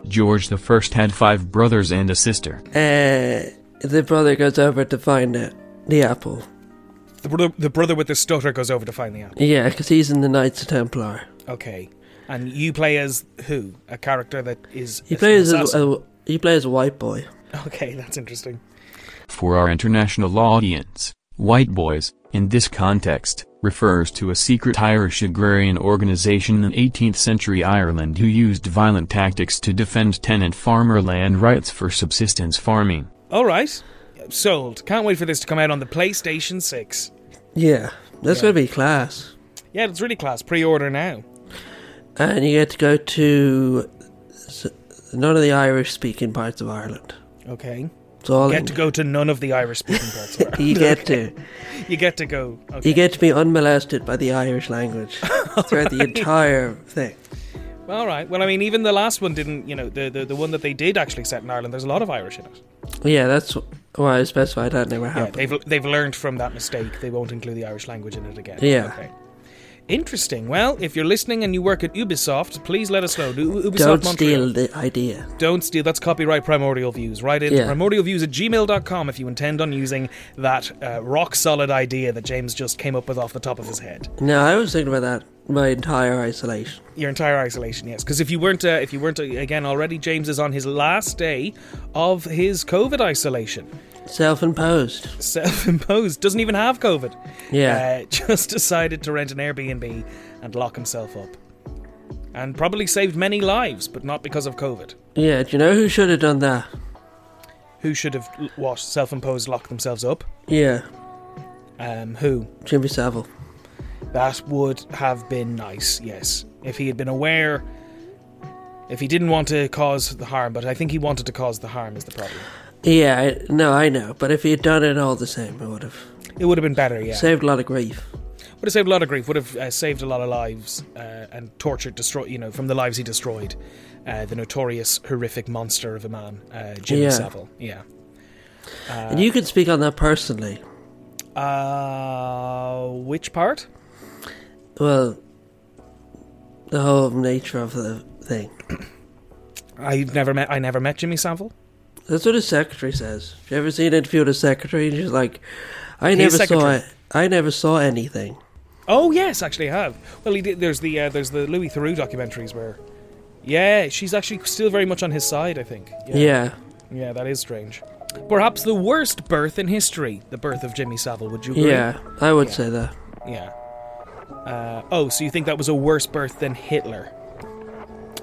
[SPEAKER 4] George I had five brothers and a sister.
[SPEAKER 3] Uh, the brother goes over to find it, the apple.
[SPEAKER 2] The brother, the brother with the stutter goes over to find the apple.
[SPEAKER 3] Yeah, because he's in the Knights of Templar.
[SPEAKER 2] Okay. And you play as who? A character that is.
[SPEAKER 3] He
[SPEAKER 2] an
[SPEAKER 3] plays as
[SPEAKER 2] assassin.
[SPEAKER 3] a, he plays a white boy.
[SPEAKER 2] Okay, <laughs> that's interesting.
[SPEAKER 4] For our international audience, white boys, in this context, refers to a secret Irish agrarian organization in 18th century Ireland who used violent tactics to defend tenant farmer land rights for subsistence farming.
[SPEAKER 2] All right. Sold. Can't wait for this to come out on the PlayStation 6.
[SPEAKER 3] Yeah, that's
[SPEAKER 2] Yeah.
[SPEAKER 3] gonna be class.
[SPEAKER 2] Yeah, it's really class. Pre order now.
[SPEAKER 3] And you get to go to s- none of the Irish-speaking parts of Ireland.
[SPEAKER 2] Okay.
[SPEAKER 3] It's all
[SPEAKER 2] You get
[SPEAKER 3] in-
[SPEAKER 2] to go to none of the Irish speaking
[SPEAKER 3] <laughs>
[SPEAKER 2] parts of Ireland.
[SPEAKER 3] You get to
[SPEAKER 2] You get to go. Okay.
[SPEAKER 3] you get to be unmolested by the
[SPEAKER 2] <laughs>
[SPEAKER 3] Irish language throughout the entire thing.
[SPEAKER 2] All right. Well, I mean, even the last one didn't, you know, the, the, the one that they did actually set in Ireland, there's a lot of Irish in it.
[SPEAKER 3] Yeah, that's why I specified that never
[SPEAKER 2] Yeah,
[SPEAKER 3] happened.
[SPEAKER 2] they've, they've learned from that mistake. They won't include the Irish language in it again.
[SPEAKER 3] Yeah.
[SPEAKER 2] Okay. Interesting. Well, if you're listening and you work at Ubisoft, please let us know. U- Ubisoft
[SPEAKER 3] Don't
[SPEAKER 2] Montreal.
[SPEAKER 3] steal the idea.
[SPEAKER 2] Don't steal. That's copyright Primordial Views. Write in
[SPEAKER 3] Yeah.
[SPEAKER 2] primordialviews at gmail.com if you intend on using that uh, rock solid idea that James just came up with off the top of his head.
[SPEAKER 3] No, I was thinking about that my entire isolation.
[SPEAKER 2] Your entire isolation, yes. Because if you weren't, uh, if you weren't uh, again already, James is on his last day of his COVID isolation,
[SPEAKER 3] Self imposed.
[SPEAKER 2] self-imposed. Doesn't even have COVID.
[SPEAKER 3] Yeah.
[SPEAKER 2] Uh, <laughs> just decided to rent an Airbnb and lock himself up, and probably saved many lives, but not because of COVID.
[SPEAKER 3] Yeah, do you know who should have done that?
[SPEAKER 2] Who should have l- what self-imposed locked themselves up?
[SPEAKER 3] Yeah,
[SPEAKER 2] Um, who?
[SPEAKER 3] Jimmy Savile.
[SPEAKER 2] That would have been nice, yes. If he had been aware, if he didn't want to cause the harm, but I think he wanted to cause the harm is the problem.
[SPEAKER 3] Yeah, I, no, I know, but if he had done it all the same, I would have
[SPEAKER 2] It would have been better, yeah.
[SPEAKER 3] saved a lot of grief.
[SPEAKER 2] would have saved a lot of grief. Would have uh, saved a lot of lives uh, and tortured, destroy, you know, from the lives he destroyed. Uh, the notorious, horrific monster of a man, uh, Jimmy
[SPEAKER 3] Yeah.
[SPEAKER 2] Savile. Yeah.
[SPEAKER 3] and you could speak on that personally.
[SPEAKER 2] Uh, which part?
[SPEAKER 3] Well, the whole nature of the thing.
[SPEAKER 2] I never met. I never met Jimmy Savile.
[SPEAKER 3] That's what his secretary says. Have you ever seen an interview with his secretary? And she's like, I never saw
[SPEAKER 2] secretary.
[SPEAKER 3] it. I never saw anything.
[SPEAKER 2] Oh yes, actually I have. Well, he did, there's the uh, there's the Louis Theroux documentaries where, yeah, she's actually still very much on his side. I think.
[SPEAKER 3] Yeah.
[SPEAKER 2] Yeah, that is strange. Perhaps the worst birth in history, the birth of Jimmy Savile. Would you agree?
[SPEAKER 3] Yeah, I would say that.
[SPEAKER 2] Yeah. Uh, oh, so you think that was a worse birth than Hitler?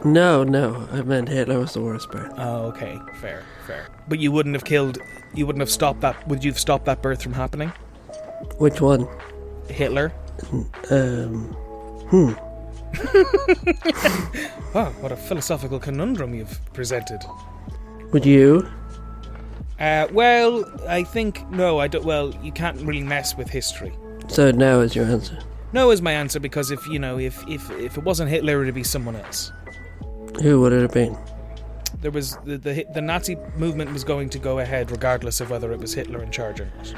[SPEAKER 3] No, no, I meant Hitler was the worst birth.
[SPEAKER 2] Oh, okay, fair, fair. But you wouldn't have killed. You wouldn't have stopped that. Would you have stopped that birth from happening?
[SPEAKER 3] Which one?
[SPEAKER 2] Hitler.
[SPEAKER 3] Um,
[SPEAKER 2] Wow, Oh, what a philosophical conundrum you've presented.
[SPEAKER 3] would you?
[SPEAKER 2] Uh, well, I think no. I don't. Well, you can't really mess with history.
[SPEAKER 3] So no is your answer.
[SPEAKER 2] No is my answer because if you know if if if it wasn't Hitler, it'd be someone else.
[SPEAKER 3] Who would it have been?
[SPEAKER 2] There was the the, Hit- the Nazi movement was going to go ahead regardless of whether it was Hitler in charge or not.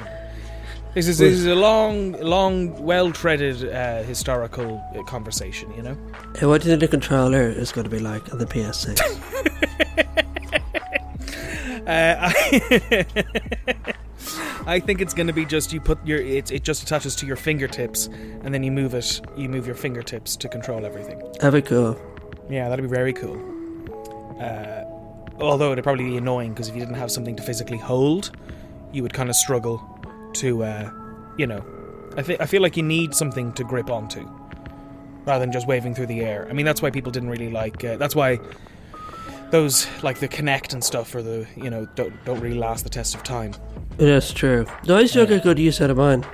[SPEAKER 2] This is, this is a long, long, well-treaded uh, historical uh, conversation, you know.
[SPEAKER 3] And what do you think the controller is going to be like on the PS6?
[SPEAKER 2] Uh, I, I think it's going to be just you put your it, it just attaches to your fingertips and then you move it you move your fingertips to control everything.
[SPEAKER 3] have a go.
[SPEAKER 2] Yeah, that'd be very cool. Uh, although it'd probably be annoying because if you didn't have something to physically hold, you would kind of struggle to, uh, you know. I, th- I feel like you need something to grip onto rather than just waving through the air. I mean, that's why people didn't really like. Uh, that's why those like the Kinect and stuff or the you know don't don't really last the test of time.
[SPEAKER 3] That's true. No, I still get good use out of mine.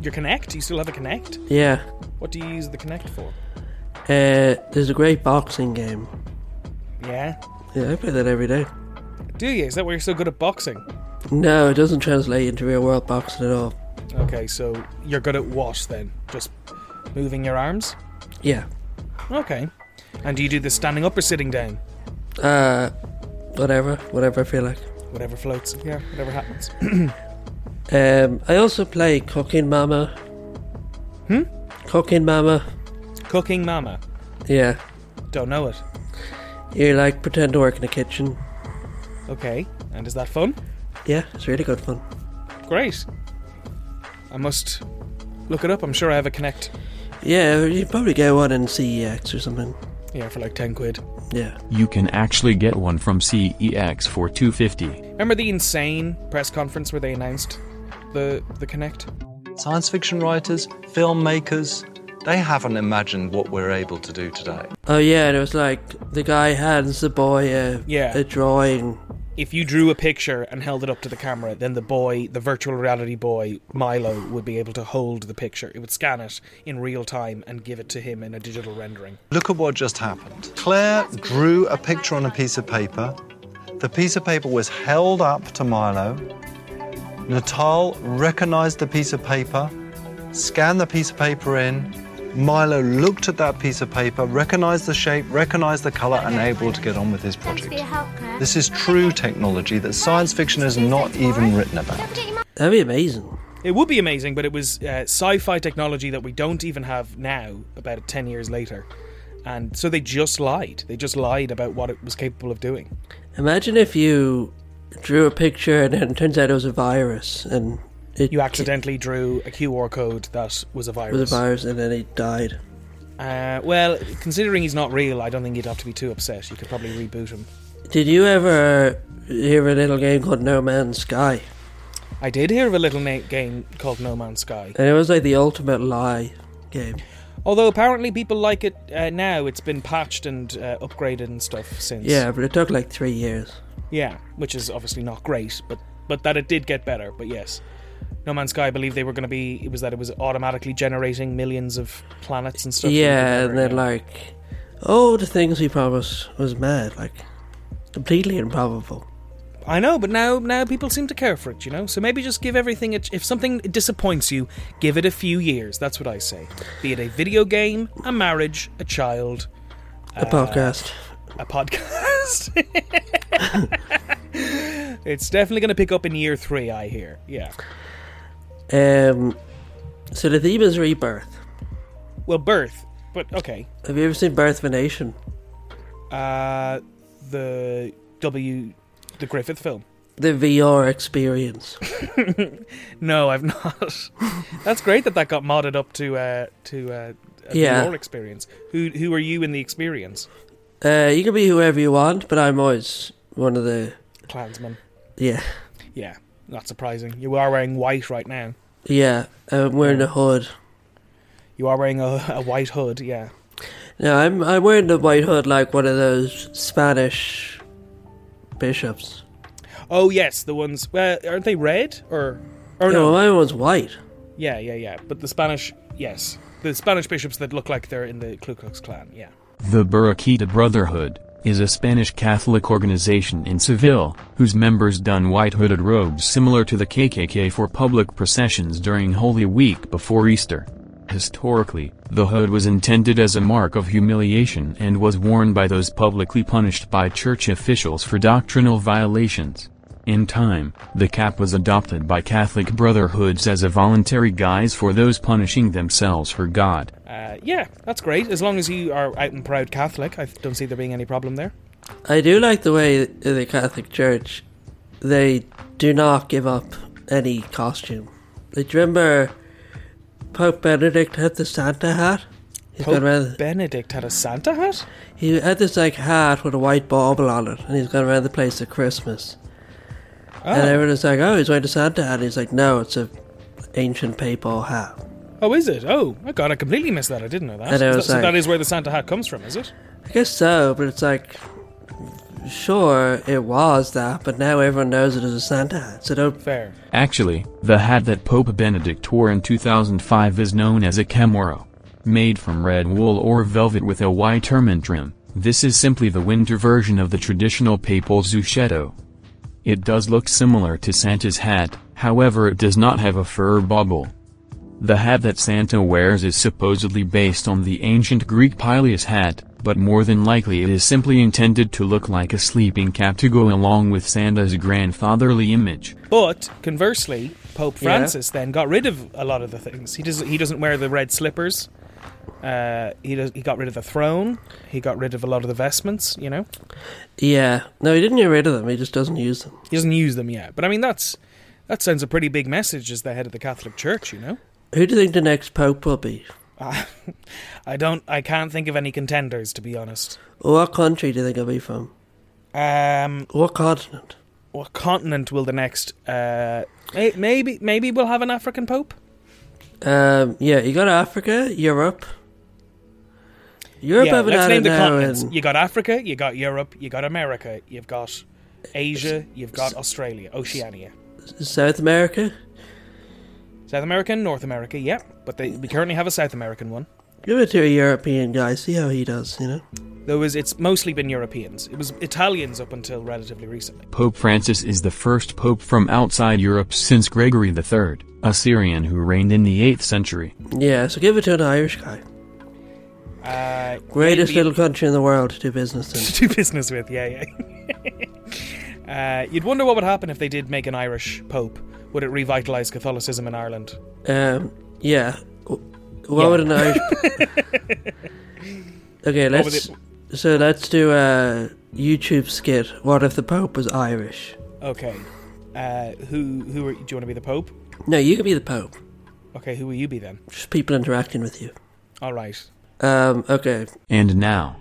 [SPEAKER 2] Your Kinect, you still have a Kinect?
[SPEAKER 3] Yeah.
[SPEAKER 2] What do you use the Kinect for?
[SPEAKER 3] Uh, there's a great boxing game.
[SPEAKER 2] Yeah,
[SPEAKER 3] Yeah, I play that every day.
[SPEAKER 2] do you? Is that why you're so good at boxing?
[SPEAKER 3] No, it doesn't translate into real world boxing at all.
[SPEAKER 2] Okay, so you're good at what then? Just moving your arms?
[SPEAKER 3] Yeah.
[SPEAKER 2] Okay. And do you do this standing up or sitting down?
[SPEAKER 3] Uh, whatever, whatever I feel like.
[SPEAKER 2] Whatever floats. Yeah, whatever happens. <clears throat>
[SPEAKER 3] Um, I also play Cooking Mama. Hmm? Cooking Mama.
[SPEAKER 2] Cooking Mama.
[SPEAKER 3] Yeah.
[SPEAKER 2] Don't know it.
[SPEAKER 3] You like pretend to work in the kitchen.
[SPEAKER 2] Okay. And is that fun?
[SPEAKER 3] Yeah, it's really good fun.
[SPEAKER 2] Great. I must look it up. I'm sure I have a Connect.
[SPEAKER 3] Yeah, you probably get one in CEX or something.
[SPEAKER 2] Yeah, for like 10 quid.
[SPEAKER 3] Yeah.
[SPEAKER 4] You can actually get one from CEX for 250.
[SPEAKER 2] Remember the insane press conference where they announced the the Connect?
[SPEAKER 7] Science fiction writers, filmmakers, they haven't imagined what we're able to do today.
[SPEAKER 3] Oh yeah, and it was like the guy hands the boy a,
[SPEAKER 2] Yeah.
[SPEAKER 3] a drawing.
[SPEAKER 2] If you drew a picture and held it up to the camera, then the boy, the virtual reality boy, Milo, would be able to hold the picture. It would scan it in real time and give it to him in a digital rendering.
[SPEAKER 7] Look at what just happened. Claire drew a picture on a piece of paper. The piece of paper was held up to Milo. Natal recognized the piece of paper, scanned the piece of paper in. Milo looked at that piece of paper, recognized the shape, recognized the color, and able to get on with his
[SPEAKER 8] Thanks for
[SPEAKER 7] project.
[SPEAKER 8] your help, Claire.
[SPEAKER 7] This is true technology that science fiction has not even written about.
[SPEAKER 8] Don't forget your
[SPEAKER 3] That'd be amazing.
[SPEAKER 2] It would be amazing, but it was uh, sci-fi technology that we don't even have now. About ten years later, and so they just lied. They just lied about what it was capable of doing.
[SPEAKER 3] Imagine if you drew a picture and it turns out it was a virus and it
[SPEAKER 2] You accidentally drew a QR code that was a virus.
[SPEAKER 3] was a virus and then it died.
[SPEAKER 2] Uh, well, considering he's not real, I don't think you'd have to be too upset. You could probably reboot him.
[SPEAKER 3] Did you ever hear a little game called No Man's Sky?
[SPEAKER 2] I did hear of a little na- game called No Man's Sky.
[SPEAKER 3] And it was like the ultimate lie game.
[SPEAKER 2] Although apparently people like it uh, now. It's been patched and uh, upgraded and stuff since.
[SPEAKER 3] Yeah, but it took like three years.
[SPEAKER 2] Yeah, which is obviously not great, but but that it did get better. But yes, No Man's Sky. I believe they were going to be. It was that it was automatically generating millions of planets and stuff.
[SPEAKER 3] yeah, and then
[SPEAKER 2] Yeah.
[SPEAKER 3] like, oh, the things we promised was mad, like completely improbable.
[SPEAKER 2] I know, but now now people seem to care for it, you know. So maybe just give everything. A ch- if something disappoints you, give it a few years. That's what I say. Be it a video game, a marriage, a child,
[SPEAKER 3] A podcast.
[SPEAKER 2] a podcast. <laughs> it's definitely going to pick up in year three. I hear. Yeah.
[SPEAKER 3] Um, so the theme is rebirth.
[SPEAKER 2] Well, birth, but okay.
[SPEAKER 3] Have you ever seen Birth of a Nation?
[SPEAKER 2] Uh, the W, the Griffith film.
[SPEAKER 3] The VR experience.
[SPEAKER 2] No, I've not. <laughs> That's great that that got modded up to uh, to uh, a
[SPEAKER 3] Yeah.
[SPEAKER 2] VR experience. Who who are you in the experience?
[SPEAKER 3] Uh, you can be whoever you want, but I'm always one of the
[SPEAKER 2] Klansman.
[SPEAKER 3] yeah,
[SPEAKER 2] Yeah, not surprising. You are wearing white right now.
[SPEAKER 3] yeah. I'm wearing a hood.
[SPEAKER 2] You are wearing a, a white hood. Yeah.
[SPEAKER 3] No, I'm I'm wearing the white hood like one of those Spanish bishops.
[SPEAKER 2] Oh yes, the ones. Well, aren't they red or? Or
[SPEAKER 3] No,
[SPEAKER 2] no.
[SPEAKER 3] mine was white.
[SPEAKER 2] Yeah, yeah, yeah. But the Spanish, yes, the Spanish bishops that look like they're in the Ku Klux Klan. Yeah.
[SPEAKER 4] The Barraquita Brotherhood is a Spanish Catholic organization in Seville, whose members don white hooded robes similar to the KKK for public processions during Holy Week before Easter. Historically, the hood was intended as a mark of humiliation and was worn by those publicly punished by church officials for doctrinal violations. In time, the cap was adopted by Catholic brotherhoods as a voluntary guise for those punishing themselves for God.
[SPEAKER 2] Uh, yeah, that's great. As long as you are out and proud Catholic, I don't see there being any problem there.
[SPEAKER 3] I do like the way in the Catholic Church they do not give up any costume. Like, do you remember Pope Benedict had the Santa hat? He's
[SPEAKER 2] Pope
[SPEAKER 3] gone around.
[SPEAKER 2] Benedict had a Santa hat.
[SPEAKER 3] He had this like hat with a white bauble on it, and he's gone around the place at Christmas. And
[SPEAKER 2] Oh,
[SPEAKER 3] everyone's like, "Oh, he's wearing a Santa hat." And he's like, "No, it's a ancient papal hat."
[SPEAKER 2] oh, is it? Oh, my God, I completely missed that. I didn't know that.
[SPEAKER 3] I know,
[SPEAKER 2] Is that
[SPEAKER 3] it's
[SPEAKER 2] so
[SPEAKER 3] like-
[SPEAKER 2] that is where the Santa hat comes from, is it?
[SPEAKER 3] I guess so, but it's like, sure, it was that, but now everyone knows it is a Santa hat. So don't.
[SPEAKER 2] Fair.
[SPEAKER 4] Actually, the hat that Pope Benedict wore in 2005 is known as a camoro. Made from red wool or velvet with a white ermine trim, this is simply the winter version of the traditional papal zucchetto. It does look similar to Santa's hat, however it does not have a fur bauble. The hat that Santa wears is supposedly based on the ancient Greek Pileus hat, but more than likely it is simply intended to look like a sleeping cap to go along with Santa's grandfatherly image.
[SPEAKER 2] But conversely, Pope
[SPEAKER 3] Yeah.
[SPEAKER 2] Francis then got rid of a lot of the things. He does. He doesn't wear the red slippers. Uh, he does. He got rid of the throne. He got rid of a lot of the vestments. You know,
[SPEAKER 3] Yeah, no, he didn't get rid of them. He just doesn't use them.
[SPEAKER 2] he doesn't use them yet. But I mean, that's that sends a pretty big message as the head of the Catholic Church. You know,
[SPEAKER 3] Who do you think the next pope will be?
[SPEAKER 2] I <laughs> don't. I can't think of any contenders to be honest.
[SPEAKER 3] What country do you think he'll be from?
[SPEAKER 2] Um,
[SPEAKER 3] What continent?
[SPEAKER 2] what continent will the next? Uh, may- maybe maybe we'll have an African pope.
[SPEAKER 3] Um, yeah, you got Africa, Europe. Europe
[SPEAKER 2] yeah,
[SPEAKER 3] haven't
[SPEAKER 2] let's
[SPEAKER 3] had
[SPEAKER 2] name
[SPEAKER 3] it
[SPEAKER 2] the
[SPEAKER 3] now
[SPEAKER 2] continents.
[SPEAKER 3] in,
[SPEAKER 2] You got Africa, you got Europe, you got America, you've got Asia, you've got Australia, Oceania,
[SPEAKER 3] South America.
[SPEAKER 2] South America, and North America. Yeah, but they, we currently have a South American one.
[SPEAKER 3] Give it to a European guy, see how he does, you know?
[SPEAKER 2] Though is it's mostly been Europeans. It was Italians up until relatively recently.
[SPEAKER 4] Pope Francis is the first pope from outside Europe since Gregory III, a Syrian who reigned in the 8th century.
[SPEAKER 3] Yeah, so give it to an Irish guy.
[SPEAKER 2] Uh,
[SPEAKER 3] Greatest
[SPEAKER 2] maybe-
[SPEAKER 3] little country in the world to do business in.
[SPEAKER 2] to do business with. Yeah, yeah. <laughs> Uh, you'd wonder what would happen if they did make an Irish pope. Would it revitalize Catholicism in Ireland?
[SPEAKER 3] Um, yeah. W- What would an Irish? okay, let's. So let's do a YouTube skit. What if the Pope was Irish?
[SPEAKER 2] Okay. Uh, who who are, do you want to be the pope?
[SPEAKER 3] No, you could be the Pope.
[SPEAKER 2] Okay, who will you be then?
[SPEAKER 3] Just people interacting with you.
[SPEAKER 2] All right.
[SPEAKER 3] Um, okay.
[SPEAKER 4] And now,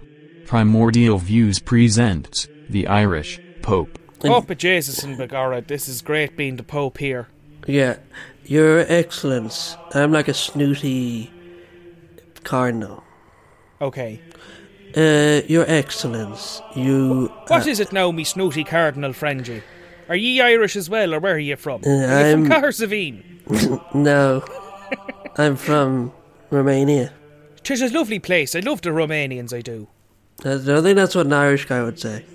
[SPEAKER 4] Primordial Views presents the Irish Pope.
[SPEAKER 3] And-
[SPEAKER 2] Oh, but Jesus and Begorra, this is great being the pope here.
[SPEAKER 3] Yeah. Your Excellence, I'm like a snooty cardinal.
[SPEAKER 2] Okay.
[SPEAKER 3] Uh, Your Excellence, you.
[SPEAKER 2] What is it now, me snooty cardinal friendy? Are ye Irish as well, or where are you from?
[SPEAKER 3] Uh,
[SPEAKER 2] are you from
[SPEAKER 3] I'm-
[SPEAKER 2] Carsavine?
[SPEAKER 3] No. I'm from Romania.
[SPEAKER 2] Tis a lovely place. I love the Romanians, I do.
[SPEAKER 3] I don't think that's what an Irish guy would say.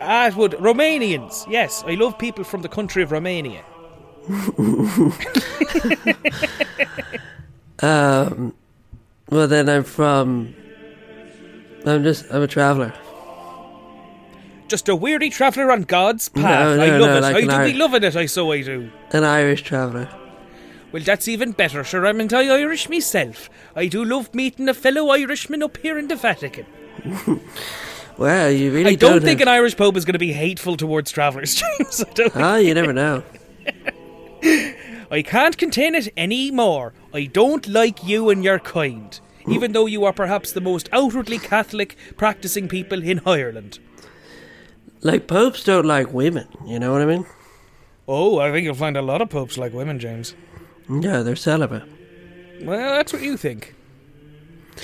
[SPEAKER 2] Ah, it would. Romanians, yes. I love people from the country of Romania.
[SPEAKER 3] Well, then I'm from. I'm just. I'm a traveler.
[SPEAKER 2] Just a weary traveller on God's path.
[SPEAKER 3] No,
[SPEAKER 2] I
[SPEAKER 3] no,
[SPEAKER 2] love
[SPEAKER 3] no,
[SPEAKER 2] it.
[SPEAKER 3] like
[SPEAKER 2] I
[SPEAKER 3] an
[SPEAKER 2] do
[SPEAKER 3] Irish-
[SPEAKER 2] be loving it, I so I do.
[SPEAKER 3] An Irish traveler.
[SPEAKER 2] Well, that's even better, sure. I'm anti Irish myself. I do love meeting a fellow Irishman up here in the Vatican.
[SPEAKER 3] Wow, you really
[SPEAKER 2] I don't
[SPEAKER 3] have-
[SPEAKER 2] think an Irish Pope is going to be hateful towards travellers, <laughs> James. I don't.
[SPEAKER 3] Ah, you never know.
[SPEAKER 2] I can't contain it any more. I don't like you and your kind, even though you are perhaps the most outwardly Catholic practicing people in Ireland.
[SPEAKER 3] Like popes don't like women. You know what I mean?
[SPEAKER 2] Oh, I think you'll find a lot of popes like women, James.
[SPEAKER 3] Yeah, they're celibate.
[SPEAKER 2] Well, that's what you think.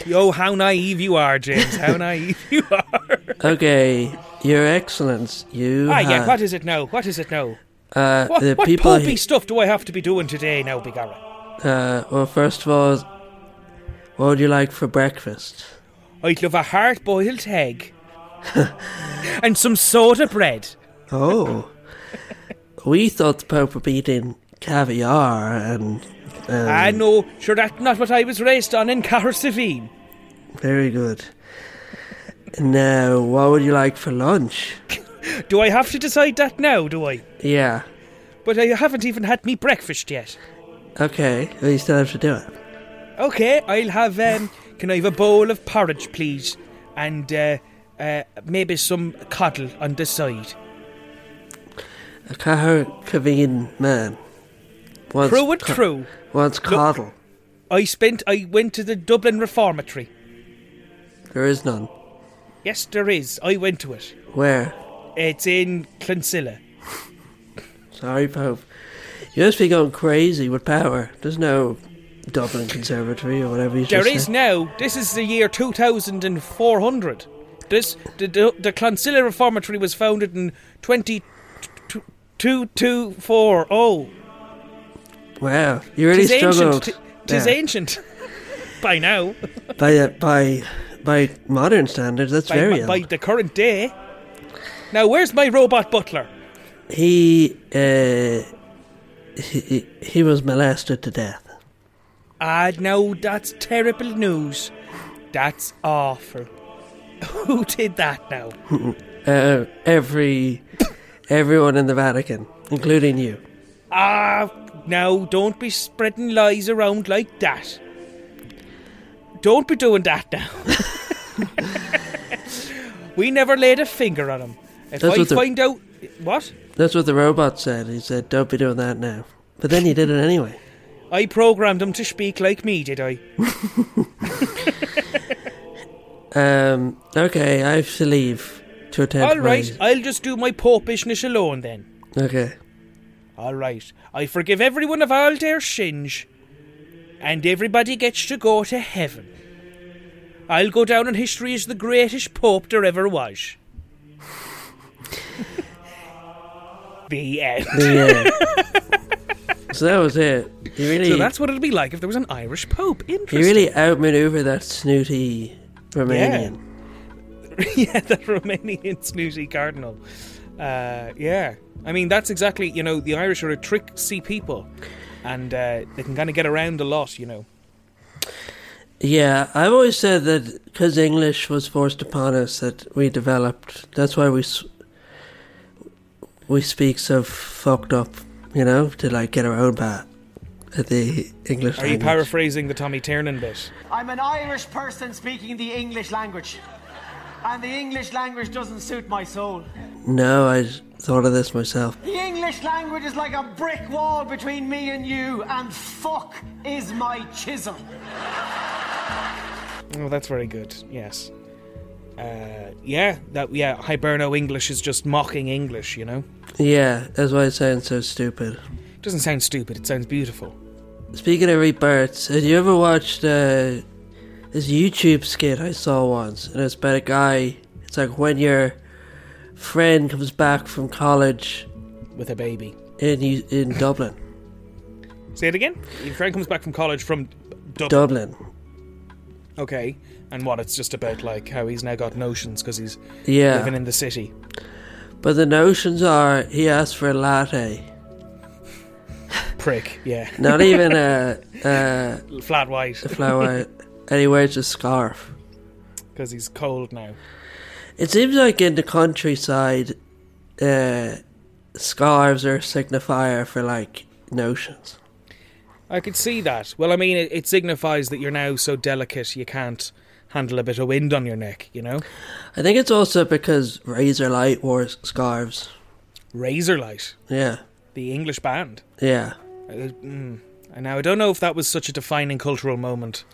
[SPEAKER 2] Yo, how naive you are, James.
[SPEAKER 3] <laughs>
[SPEAKER 2] How naive you are.
[SPEAKER 3] Okay, Your Excellence, you.
[SPEAKER 2] ah, yeah,
[SPEAKER 3] have-
[SPEAKER 2] what is it now? What is it now?
[SPEAKER 3] uh,
[SPEAKER 2] What,
[SPEAKER 3] Uh-huh. the
[SPEAKER 2] what
[SPEAKER 3] people.
[SPEAKER 2] popey
[SPEAKER 3] he-
[SPEAKER 2] stuff do I have to be doing today now, Bigara?
[SPEAKER 3] uh, well, first of all, what would you like for breakfast?
[SPEAKER 2] I'd love a hard boiled
[SPEAKER 3] <laughs>
[SPEAKER 2] egg. and some soda bread. <laughs>
[SPEAKER 3] Oh, we thought the Pope would be eating caviar and. Um,
[SPEAKER 2] I know, Ah, sure, that's not what I was raised on in Carsavine.
[SPEAKER 3] Very good. Now, what would you like for lunch?
[SPEAKER 2] Do I have to decide that now, do I?
[SPEAKER 3] Yeah.
[SPEAKER 2] But I haven't even had me breakfast yet.
[SPEAKER 3] Okay, well, you still have to do it.
[SPEAKER 2] Okay, I'll have,
[SPEAKER 3] <sighs>
[SPEAKER 2] um, can I have a bowl of porridge, please? And, uh, uh, maybe some coddle on the side.
[SPEAKER 3] A Cahircavine man. Wants
[SPEAKER 2] True and
[SPEAKER 3] co-
[SPEAKER 2] true.
[SPEAKER 3] Wants coddle.
[SPEAKER 2] I spent, I went to the Dublin Reformatory.
[SPEAKER 3] There is none.
[SPEAKER 2] Yes, there is. I went to it.
[SPEAKER 3] Where?
[SPEAKER 2] It's in Clonsilla.
[SPEAKER 3] Sorry, Pope. You must be going crazy with power. There's no Dublin Conservatory or whatever you should
[SPEAKER 2] There is now. This is the year 2400. This the the, the Clonsilla Reformatory was founded in 2240. Oh,
[SPEAKER 3] Wow, you really
[SPEAKER 2] tis
[SPEAKER 3] struggled.
[SPEAKER 2] ancient. T- Tis
[SPEAKER 3] there.
[SPEAKER 2] ancient. <laughs> By now,
[SPEAKER 3] by, uh, by by modern standards, that's
[SPEAKER 2] by,
[SPEAKER 3] very
[SPEAKER 2] my- by the current day. Now, where's my robot butler?
[SPEAKER 3] old. He, uh, he he was molested to death.
[SPEAKER 2] Ah, no, that's terrible news. That's awful. <laughs> Who did that now?
[SPEAKER 3] Uh, every everyone in the Vatican, including you.
[SPEAKER 2] Ah, now don't be spreading lies around like that. Don't be doing that now. <laughs> we never laid a finger on him. If
[SPEAKER 3] That's
[SPEAKER 2] I
[SPEAKER 3] what the-
[SPEAKER 2] find out what
[SPEAKER 3] That's what the robot said. He said, "Don't be doing that now." But then he did it anyway.
[SPEAKER 2] I programmed him to speak like me, did I?
[SPEAKER 3] Um, okay, I have to leave to attend.
[SPEAKER 2] All
[SPEAKER 3] my-
[SPEAKER 2] right, I'll just do my popishness alone then.
[SPEAKER 3] Okay.
[SPEAKER 2] All right, I forgive everyone of all their sins, and everybody gets to go to heaven. I'll go down in history as the greatest pope there ever was. <laughs> the end.
[SPEAKER 3] Yeah. uh, so that was it. He really,
[SPEAKER 2] So that's what it'd be like if there was an Irish pope. Interesting.
[SPEAKER 3] he really outmaneuvered that snooty Romanian.
[SPEAKER 2] <laughs> yeah, the Romanian snooty cardinal. Uh, yeah, I mean that's exactly you know the Irish are a tricksy people, and uh, they can kind of get around a lot, you know.
[SPEAKER 3] Yeah, I've always said that because English was forced upon us, that we developed. That's why we s- we speak so fucked up, you know, to like get our own bat at the English
[SPEAKER 2] Are you
[SPEAKER 3] language.
[SPEAKER 2] paraphrasing the Tommy Tiernan bit?
[SPEAKER 8] I'm an Irish person speaking the English language. And the English language doesn't suit my soul.
[SPEAKER 3] no, I thought of this myself.
[SPEAKER 8] The English language is like a brick wall between me and you, and fuck is my chisel.
[SPEAKER 2] Oh, that's very good. Yes. Uh, yeah, that yeah, Hiberno English is just mocking English, you know.
[SPEAKER 3] Yeah, that's why it sounds so stupid.
[SPEAKER 2] doesn't sound stupid, it sounds beautiful.
[SPEAKER 3] Speaking of rebirths, have you ever watched uh, this YouTube skit I saw once? And it's about a guy. It's like when your friend comes back from college
[SPEAKER 2] With a baby.
[SPEAKER 3] in U- in Dublin.
[SPEAKER 2] Say it again. Your friend comes back from college from Dublin.
[SPEAKER 3] Dublin.
[SPEAKER 2] okay, and what? It's just about like how he's now got notions because he's
[SPEAKER 3] Yeah.
[SPEAKER 2] living in the city.
[SPEAKER 3] But the notions are he asked for a latte,
[SPEAKER 2] Prick. Yeah.
[SPEAKER 3] <laughs>
[SPEAKER 2] <laughs>
[SPEAKER 3] not even a, a
[SPEAKER 2] Flat white
[SPEAKER 3] flower, and he wears a scarf.
[SPEAKER 2] because he's cold now.
[SPEAKER 3] It seems like in the countryside, uh, scarves are a signifier for like notions.
[SPEAKER 2] I could see that. Well, I mean, it, it signifies that you're now so delicate you can't handle a bit of wind on your neck. You know,
[SPEAKER 3] I think it's also because Razor Light wore s- scarves.
[SPEAKER 2] Razorlight,
[SPEAKER 3] Yeah,
[SPEAKER 2] the English band.
[SPEAKER 3] yeah.
[SPEAKER 2] Uh, mm. And now I don't know if that was such a defining cultural moment.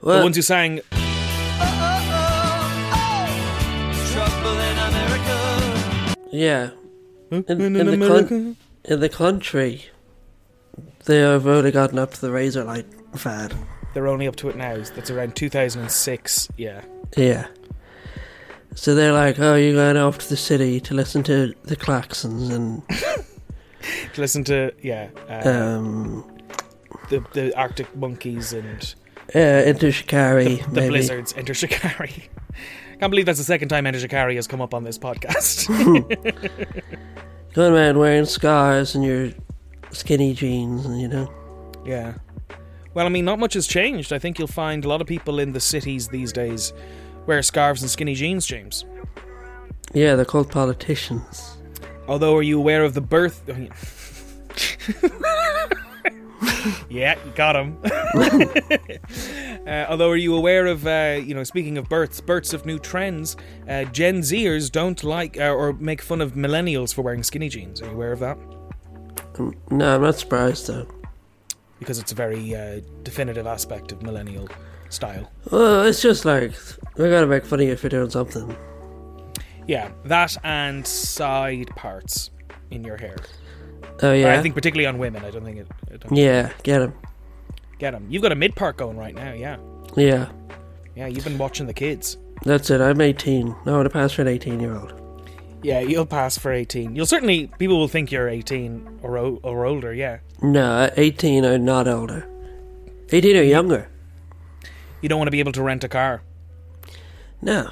[SPEAKER 2] the
[SPEAKER 3] Well,
[SPEAKER 2] ones who sang
[SPEAKER 3] yeah. In, in the con- in the country, they have only gotten up to the Razor Light fad.
[SPEAKER 2] they're only up to it now. That's around 2006. Yeah.
[SPEAKER 3] Yeah. So they're like, oh, you're going off to the city to listen to the Claxons and
[SPEAKER 2] To listen to yeah uh,
[SPEAKER 3] um,
[SPEAKER 2] the the Arctic Monkeys and
[SPEAKER 3] uh, Enter Shikari,
[SPEAKER 2] the
[SPEAKER 3] maybe.
[SPEAKER 2] Blizzards Enter Shikari. Can't believe that's the second time Enter Shikari has come up on this podcast.
[SPEAKER 3] Going around wearing scarves and your skinny jeans, and you know.
[SPEAKER 2] yeah. Well, I mean, not much has changed. I think you'll find a lot of people in the cities these days wear scarves and skinny jeans, James.
[SPEAKER 3] Yeah, they're called politicians.
[SPEAKER 2] Although, are you aware of the birth? <laughs> yeah, you got him. <laughs> uh, although, are you aware of uh, you know? Speaking of births, births of new trends. Uh, Gen Zers don't like uh, or make fun of millennials for wearing skinny jeans. Are you aware of that?
[SPEAKER 3] No, I'm not surprised though.
[SPEAKER 2] Because it's a very uh, definitive aspect of millennial style.
[SPEAKER 3] Well, it's just like we gotta make fun of you for doing something.
[SPEAKER 2] Yeah, that and side parts in your hair.
[SPEAKER 3] Oh yeah,
[SPEAKER 2] I think particularly on women. I don't think it. I don't
[SPEAKER 3] yeah, get him.
[SPEAKER 2] Get them. You've got a mid part going right now. Yeah,
[SPEAKER 3] Yeah,
[SPEAKER 2] yeah. You've been watching the kids.
[SPEAKER 3] that's it. I'm 18. I want to pass for an 18 year old.
[SPEAKER 2] Yeah, you'll pass for 18. You'll certainly, people will think you're 18 or, o- or older, yeah.
[SPEAKER 3] No, 18 or not older. 18 or younger.
[SPEAKER 2] You don't want to be able to rent a car.
[SPEAKER 3] No.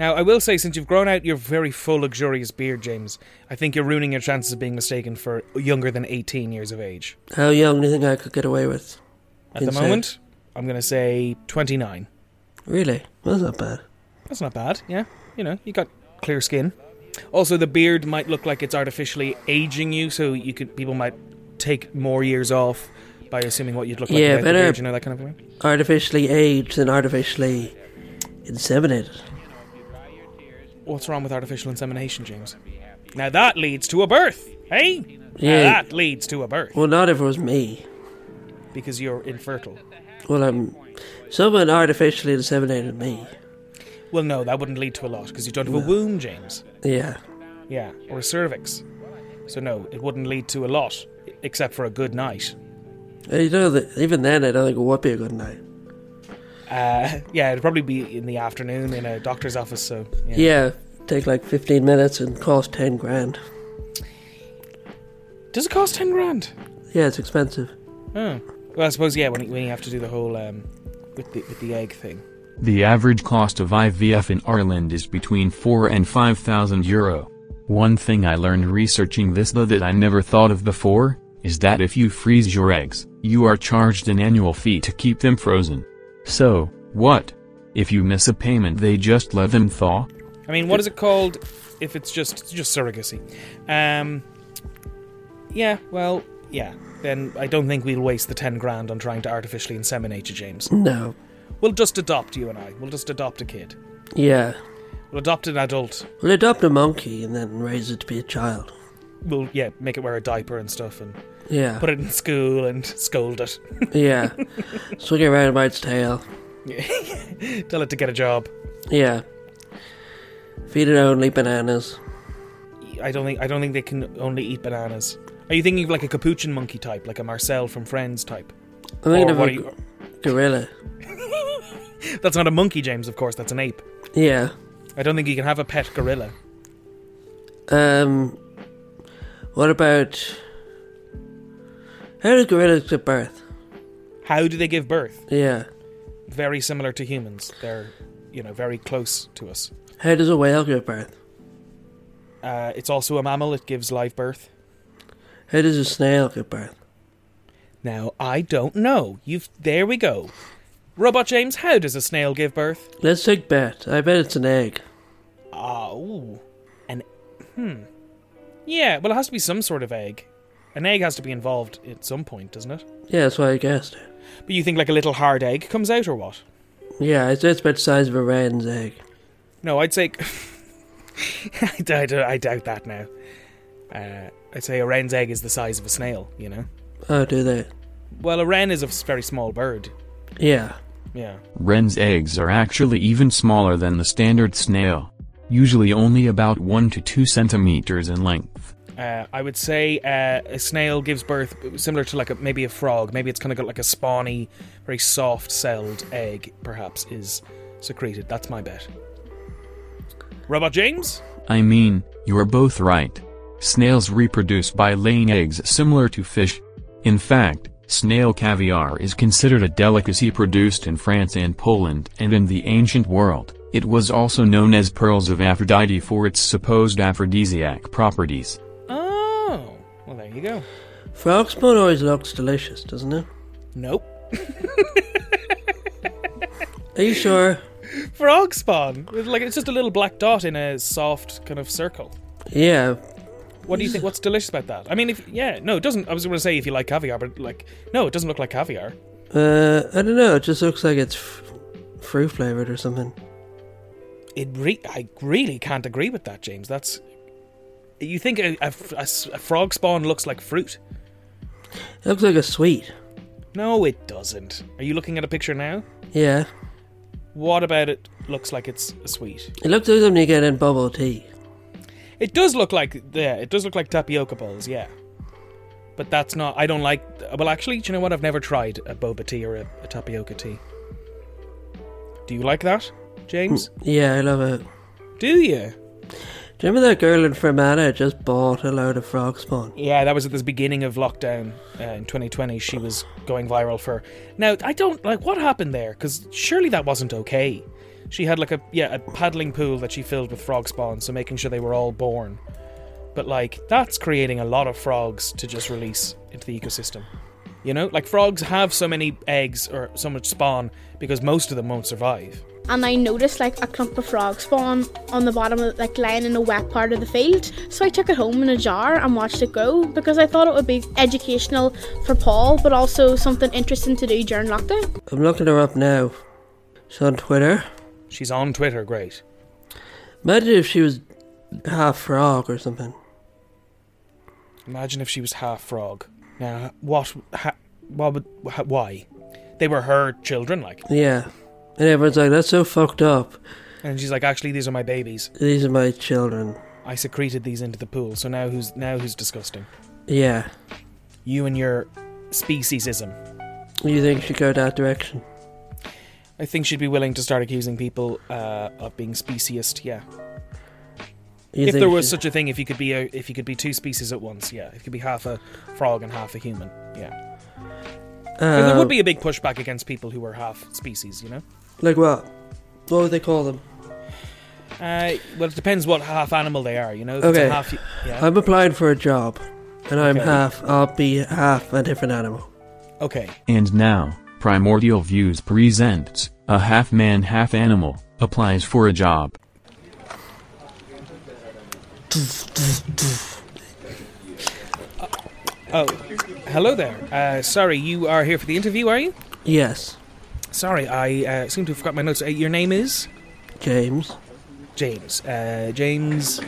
[SPEAKER 2] Now, I will say, since you've grown out your very full, luxurious beard, James, I think you're ruining your chances of being mistaken for younger than 18 years of age.
[SPEAKER 3] How young do you think I could get away with?
[SPEAKER 2] At the
[SPEAKER 3] Insane.
[SPEAKER 2] moment, I'm going to say 29.
[SPEAKER 3] Really? That's not bad.
[SPEAKER 2] That's not bad, yeah. You know, you got clear skin. Also, the beard might look like it's artificially aging you, so you could people might take more years off by assuming what you'd look like without
[SPEAKER 3] Yeah,
[SPEAKER 2] the
[SPEAKER 3] better-
[SPEAKER 2] beard, you know, that kind of thing.
[SPEAKER 3] Artificially aged and artificially inseminated.
[SPEAKER 2] What's wrong with artificial insemination, James? Now that leads to a birth, hey? Now
[SPEAKER 3] Yeah.
[SPEAKER 2] that leads to a birth
[SPEAKER 3] Well, not if it was me.
[SPEAKER 2] because you're infertile.
[SPEAKER 3] Well, I'm. Someone artificially inseminated me.
[SPEAKER 2] Well, no, that wouldn't lead to a lot because you don't have a womb, James.
[SPEAKER 3] Yeah.
[SPEAKER 2] Yeah, or a cervix. So no, it wouldn't lead to a lot except for a good night.
[SPEAKER 3] And You know, that even then, I don't think it would be a good night.
[SPEAKER 2] Uh, <laughs> yeah, it'd probably be in the afternoon in a doctor's office. So yeah.
[SPEAKER 3] Yeah. Take like 15 minutes and cost 10 grand.
[SPEAKER 2] does it cost ten grand?
[SPEAKER 3] Yeah, it's expensive.
[SPEAKER 2] Oh, well, I suppose yeah. When you, when you have to do the whole um, with the with the egg thing.
[SPEAKER 4] The average cost of IVF in Ireland is between 4 and 5,000 euro. One thing I learned researching this though that I never thought of before, is that if you freeze your eggs, you are charged an annual fee to keep them frozen. So, what? If you miss a payment they just let them thaw?
[SPEAKER 2] I mean, what is it called? If it's just it's just surrogacy, um, yeah. Well, yeah. Then I don't think we'll waste the ten grand on trying to artificially inseminate you, James.
[SPEAKER 3] No.
[SPEAKER 2] We'll just adopt you and I. We'll just adopt a kid.
[SPEAKER 3] Yeah.
[SPEAKER 2] We'll adopt an adult.
[SPEAKER 3] We'll adopt a monkey and then raise it to be a child.
[SPEAKER 2] We'll yeah make it wear a diaper and stuff and
[SPEAKER 3] Yeah.
[SPEAKER 2] put it in school and scold it, <laughs>
[SPEAKER 3] yeah. Swing it around by its tail.
[SPEAKER 2] tell it to get a job.
[SPEAKER 3] Yeah. Feed it only bananas.
[SPEAKER 2] I don't think I don't think they can only eat bananas. Are you thinking of like a capuchin monkey type, like a Marcel from Friends type?
[SPEAKER 3] I'm thinking
[SPEAKER 2] Or
[SPEAKER 3] of
[SPEAKER 2] what
[SPEAKER 3] a
[SPEAKER 2] are you-
[SPEAKER 3] gorilla.
[SPEAKER 2] That's not a monkey, James. Of course, that's an ape.
[SPEAKER 3] Yeah.
[SPEAKER 2] I don't think you can have a pet gorilla.
[SPEAKER 3] Um. What about. How do gorillas give birth?
[SPEAKER 2] How do they give birth?
[SPEAKER 3] Yeah.
[SPEAKER 2] Very similar to humans. They're, you know, very close to us.
[SPEAKER 3] How does a whale give birth?
[SPEAKER 2] Uh, it's also a mammal. It gives live birth.
[SPEAKER 3] How does a snail give birth?
[SPEAKER 2] Now I don't know. You've there we go. Robot James, how does a snail give birth?
[SPEAKER 3] Let's take bet. I bet it's an egg.
[SPEAKER 2] Oh, an hmm. Yeah, well, it has to be some sort of egg. An egg has to be involved at some point, doesn't it?
[SPEAKER 3] Yeah, that's why I guessed it.
[SPEAKER 2] But you think like a little hard egg comes out or what?
[SPEAKER 3] Yeah, it's, it's about the size of a wren's egg.
[SPEAKER 2] No, I'd say. <laughs> I, doubt, I doubt that now. Uh, I'd say a wren's egg is the size of a snail, you know?
[SPEAKER 3] Oh, do they?
[SPEAKER 2] Well, a wren is a s- very small bird.
[SPEAKER 3] Yeah.
[SPEAKER 2] Yeah.
[SPEAKER 4] Wren's eggs are actually even smaller than the standard snail, usually only about 1 to 2 centimeters in length.
[SPEAKER 2] Uh, I would say uh, a snail gives birth similar to like a, maybe a frog. Maybe it's kind of got like a spawny, very soft celled egg, perhaps, is secreted. That's my bet. Robot James?
[SPEAKER 4] I mean, you're both right. Snails reproduce by laying eggs similar to fish. In fact, snail caviar is considered a delicacy produced in France and Poland and in the ancient world. It was also known as pearls of Aphrodite for its supposed aphrodisiac properties.
[SPEAKER 2] Oh, well, there you go.
[SPEAKER 3] Frog spawn always looks delicious, doesn't it?
[SPEAKER 2] Nope.
[SPEAKER 3] Are you sure?
[SPEAKER 2] Frog spawn. It's Like it's just a little black dot in a soft kind of circle.
[SPEAKER 3] Yeah.
[SPEAKER 2] What do <laughs> you think? What's delicious about that? I mean, if yeah, no, it doesn't. I was going to say if you like caviar, but like, no, it doesn't look like caviar.
[SPEAKER 3] Uh, I don't know. It just looks like it's f- fruit flavored or something.
[SPEAKER 2] It re- I really can't agree with that, James. That's you think a, a, a s- a frog spawn looks like fruit?
[SPEAKER 3] It looks like a sweet.
[SPEAKER 2] No, it doesn't. Are you looking at a picture now?
[SPEAKER 3] Yeah.
[SPEAKER 2] What about it looks like it's a sweet?
[SPEAKER 3] It looks like something you get in bubble tea.
[SPEAKER 2] It does look like yeah, it does look like tapioca balls, yeah. But that's not. I don't like. Well, actually, do you know what? I've never tried a boba tea or a, a tapioca tea. Do you like that, James?
[SPEAKER 3] Yeah, I love it.
[SPEAKER 2] Do you?
[SPEAKER 3] Do you remember that girl in Fermanagh just bought a load of frog spawn?
[SPEAKER 2] Yeah, that was at the beginning of lockdown uh, in 2020. She was going viral for. Now I don't like what happened there because surely that wasn't okay. She had like a yeah a paddling pool that she filled with frog spawn, so making sure they were all born. But like that's creating a lot of frogs to just release into the ecosystem. You know, like frogs have so many eggs or so much spawn because most of them won't survive.
[SPEAKER 9] and I noticed like a clump of frog spawn on the bottom of like lying in a wet part of the field. So I took it home in a jar and watched it grow because I thought it would be educational for Paul, but also something interesting to do during lockdown.
[SPEAKER 3] I'm looking her up now. She's on Twitter.
[SPEAKER 2] She's on Twitter, great.
[SPEAKER 3] Imagine if she was half frog or something.
[SPEAKER 2] Imagine if she was half frog. Now, what? Ha, what would? Ha, why? They were her children, like.
[SPEAKER 3] Yeah. And everyone's like, that's so fucked up.
[SPEAKER 2] And she's like, actually, these are my babies.
[SPEAKER 3] These are my children.
[SPEAKER 2] I secreted these into the pool, so now who's now who's disgusting?
[SPEAKER 3] Yeah.
[SPEAKER 2] You and your speciesism.
[SPEAKER 3] You think she'd go that direction?
[SPEAKER 2] I think she'd be willing to start accusing people uh, of being speciest. Yeah.
[SPEAKER 3] You
[SPEAKER 2] if
[SPEAKER 3] think
[SPEAKER 2] there was
[SPEAKER 3] she-
[SPEAKER 2] such a thing, if you could be a, if you could be two species at once, yeah, it could be half a frog and half a human. Yeah. But there
[SPEAKER 3] Uh,
[SPEAKER 2] would be a big pushback against people who were half species. You know.
[SPEAKER 3] Like what? What would they call them?
[SPEAKER 2] Uh, well, it depends what half animal they are. You know. If
[SPEAKER 3] Okay.
[SPEAKER 2] It's a half, yeah.
[SPEAKER 3] I'm applying for a job, and I'm
[SPEAKER 2] Okay.
[SPEAKER 3] half. I'll be half a different animal.
[SPEAKER 2] okay.
[SPEAKER 4] And now, Primordial Views presents a half man, half animal applies for a job.
[SPEAKER 2] Oh, hello there. Uh, sorry, you are here for the interview, are you?
[SPEAKER 3] Yes,
[SPEAKER 2] Sorry, I uh, seem to have forgotten my notes. Uh, your name is
[SPEAKER 3] James
[SPEAKER 2] James. Uh, James.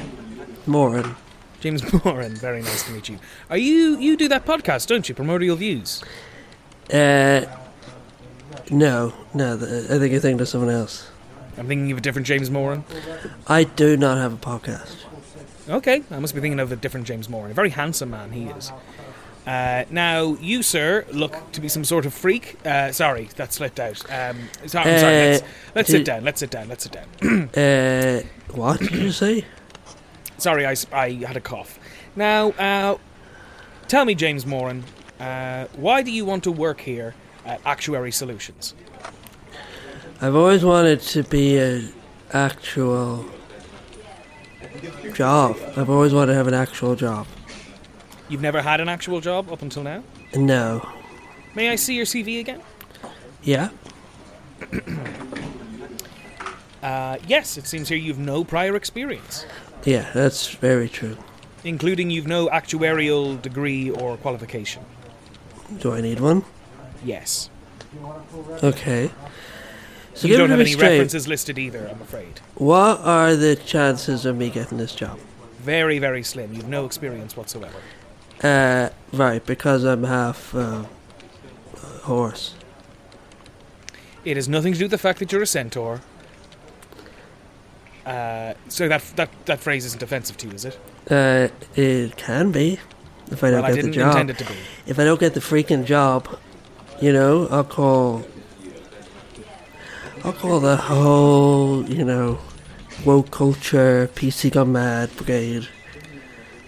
[SPEAKER 3] Moran.
[SPEAKER 2] James <laughs> Moran. Very nice to meet you. Are you you do that podcast, don't you? Primordial Views.
[SPEAKER 3] Uh, no, no, th- I think you're thinking of someone else.
[SPEAKER 2] I'm thinking of a different James Moran.
[SPEAKER 3] I do not have a podcast.
[SPEAKER 2] Okay, I must be thinking of a different James Moran. A very handsome man he is. Uh, now, you, sir, look to be some sort of freak. Uh, sorry, that slipped out. Um, sorry, I'm sorry.
[SPEAKER 3] Uh,
[SPEAKER 2] Let's, let's sit
[SPEAKER 3] do-
[SPEAKER 2] down. Let's sit down. Let's sit down.
[SPEAKER 3] Uh, what did you say?
[SPEAKER 2] Sorry, I, s- I had a cough. Now, uh, tell me, James Moran, uh, why do you want to work here at Actuary Solutions?
[SPEAKER 3] I've always wanted to be an actual job. I've always wanted to have an actual job.
[SPEAKER 2] You've never had an actual job up until now.
[SPEAKER 3] No.
[SPEAKER 2] May I see your CV again?
[SPEAKER 3] Yeah?
[SPEAKER 2] Uh, yes, it seems here you've no prior experience,
[SPEAKER 3] Yeah, that's very true.
[SPEAKER 2] including you've no actuarial degree or qualification.
[SPEAKER 3] Do I need one?
[SPEAKER 2] Yes.
[SPEAKER 3] Okay. So
[SPEAKER 2] you
[SPEAKER 3] give it
[SPEAKER 2] don't
[SPEAKER 3] to
[SPEAKER 2] have
[SPEAKER 3] me
[SPEAKER 2] any
[SPEAKER 3] straight.
[SPEAKER 2] references listed either, I'm afraid.
[SPEAKER 3] What are the chances of me getting this job?
[SPEAKER 2] Very, very slim. You've no experience whatsoever.
[SPEAKER 3] Uh, right, because I'm half uh, horse.
[SPEAKER 2] It has nothing to do with the fact that you're a centaur. Uh, so that, that that phrase isn't offensive to you, is it?
[SPEAKER 3] Uh, it can be if I don't
[SPEAKER 2] well, I
[SPEAKER 3] get
[SPEAKER 2] didn't
[SPEAKER 3] the job.
[SPEAKER 2] intend it to be.
[SPEAKER 3] If I don't get the freaking job, you know, I'll call. I'll call the whole, you know, woke culture PC gone mad brigade.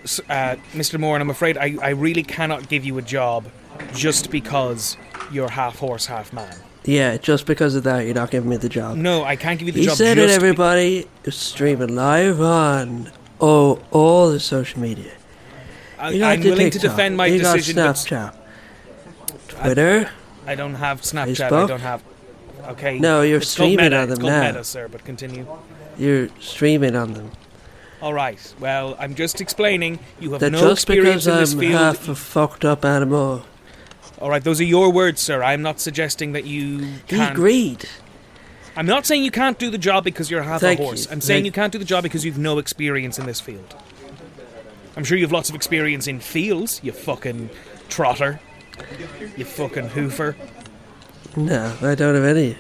[SPEAKER 2] S- Uh, Mr. Moore, and I'm afraid I, I really cannot give you a job just because you're half horse, half man.
[SPEAKER 3] Yeah, just because of that, you're not giving me the job.
[SPEAKER 2] No, I can't give you the
[SPEAKER 3] He
[SPEAKER 2] job.
[SPEAKER 3] said it,
[SPEAKER 2] just
[SPEAKER 3] everybody. It's streaming live on oh all the social
[SPEAKER 2] be-
[SPEAKER 3] media.
[SPEAKER 2] I,
[SPEAKER 3] You got
[SPEAKER 2] I'm
[SPEAKER 3] the
[SPEAKER 2] willing to
[SPEAKER 3] TikTok,
[SPEAKER 2] defend my
[SPEAKER 3] you
[SPEAKER 2] decision,
[SPEAKER 3] got
[SPEAKER 2] but
[SPEAKER 3] Snapchat, Twitter.
[SPEAKER 2] I don't have Snapchat. I
[SPEAKER 3] Facebook?
[SPEAKER 2] don't have. Okay.
[SPEAKER 3] No, you're
[SPEAKER 2] it's called
[SPEAKER 3] streaming
[SPEAKER 2] meta.
[SPEAKER 3] on
[SPEAKER 2] it's
[SPEAKER 3] them
[SPEAKER 2] called
[SPEAKER 3] now.
[SPEAKER 2] Meta, sir. But continue.
[SPEAKER 3] You're streaming on them.
[SPEAKER 2] All right. Well, I'm just explaining. You have
[SPEAKER 3] That
[SPEAKER 2] no
[SPEAKER 3] just
[SPEAKER 2] experience
[SPEAKER 3] because
[SPEAKER 2] in this
[SPEAKER 3] I'm
[SPEAKER 2] field.
[SPEAKER 3] half a fucked up animal.
[SPEAKER 2] All right, those are your words, sir. I'm not suggesting that you
[SPEAKER 3] He
[SPEAKER 2] can't.
[SPEAKER 3] agreed.
[SPEAKER 2] I'm not saying you can't do the job because you're half
[SPEAKER 3] Thank
[SPEAKER 2] a
[SPEAKER 3] you.
[SPEAKER 2] horse. I'm saying
[SPEAKER 3] Thank-
[SPEAKER 2] you can't do the job because you've no experience in this field. I'm sure you've lots of experience in fields. You fucking trotter. You fucking hoofer.
[SPEAKER 3] No, I don't have any.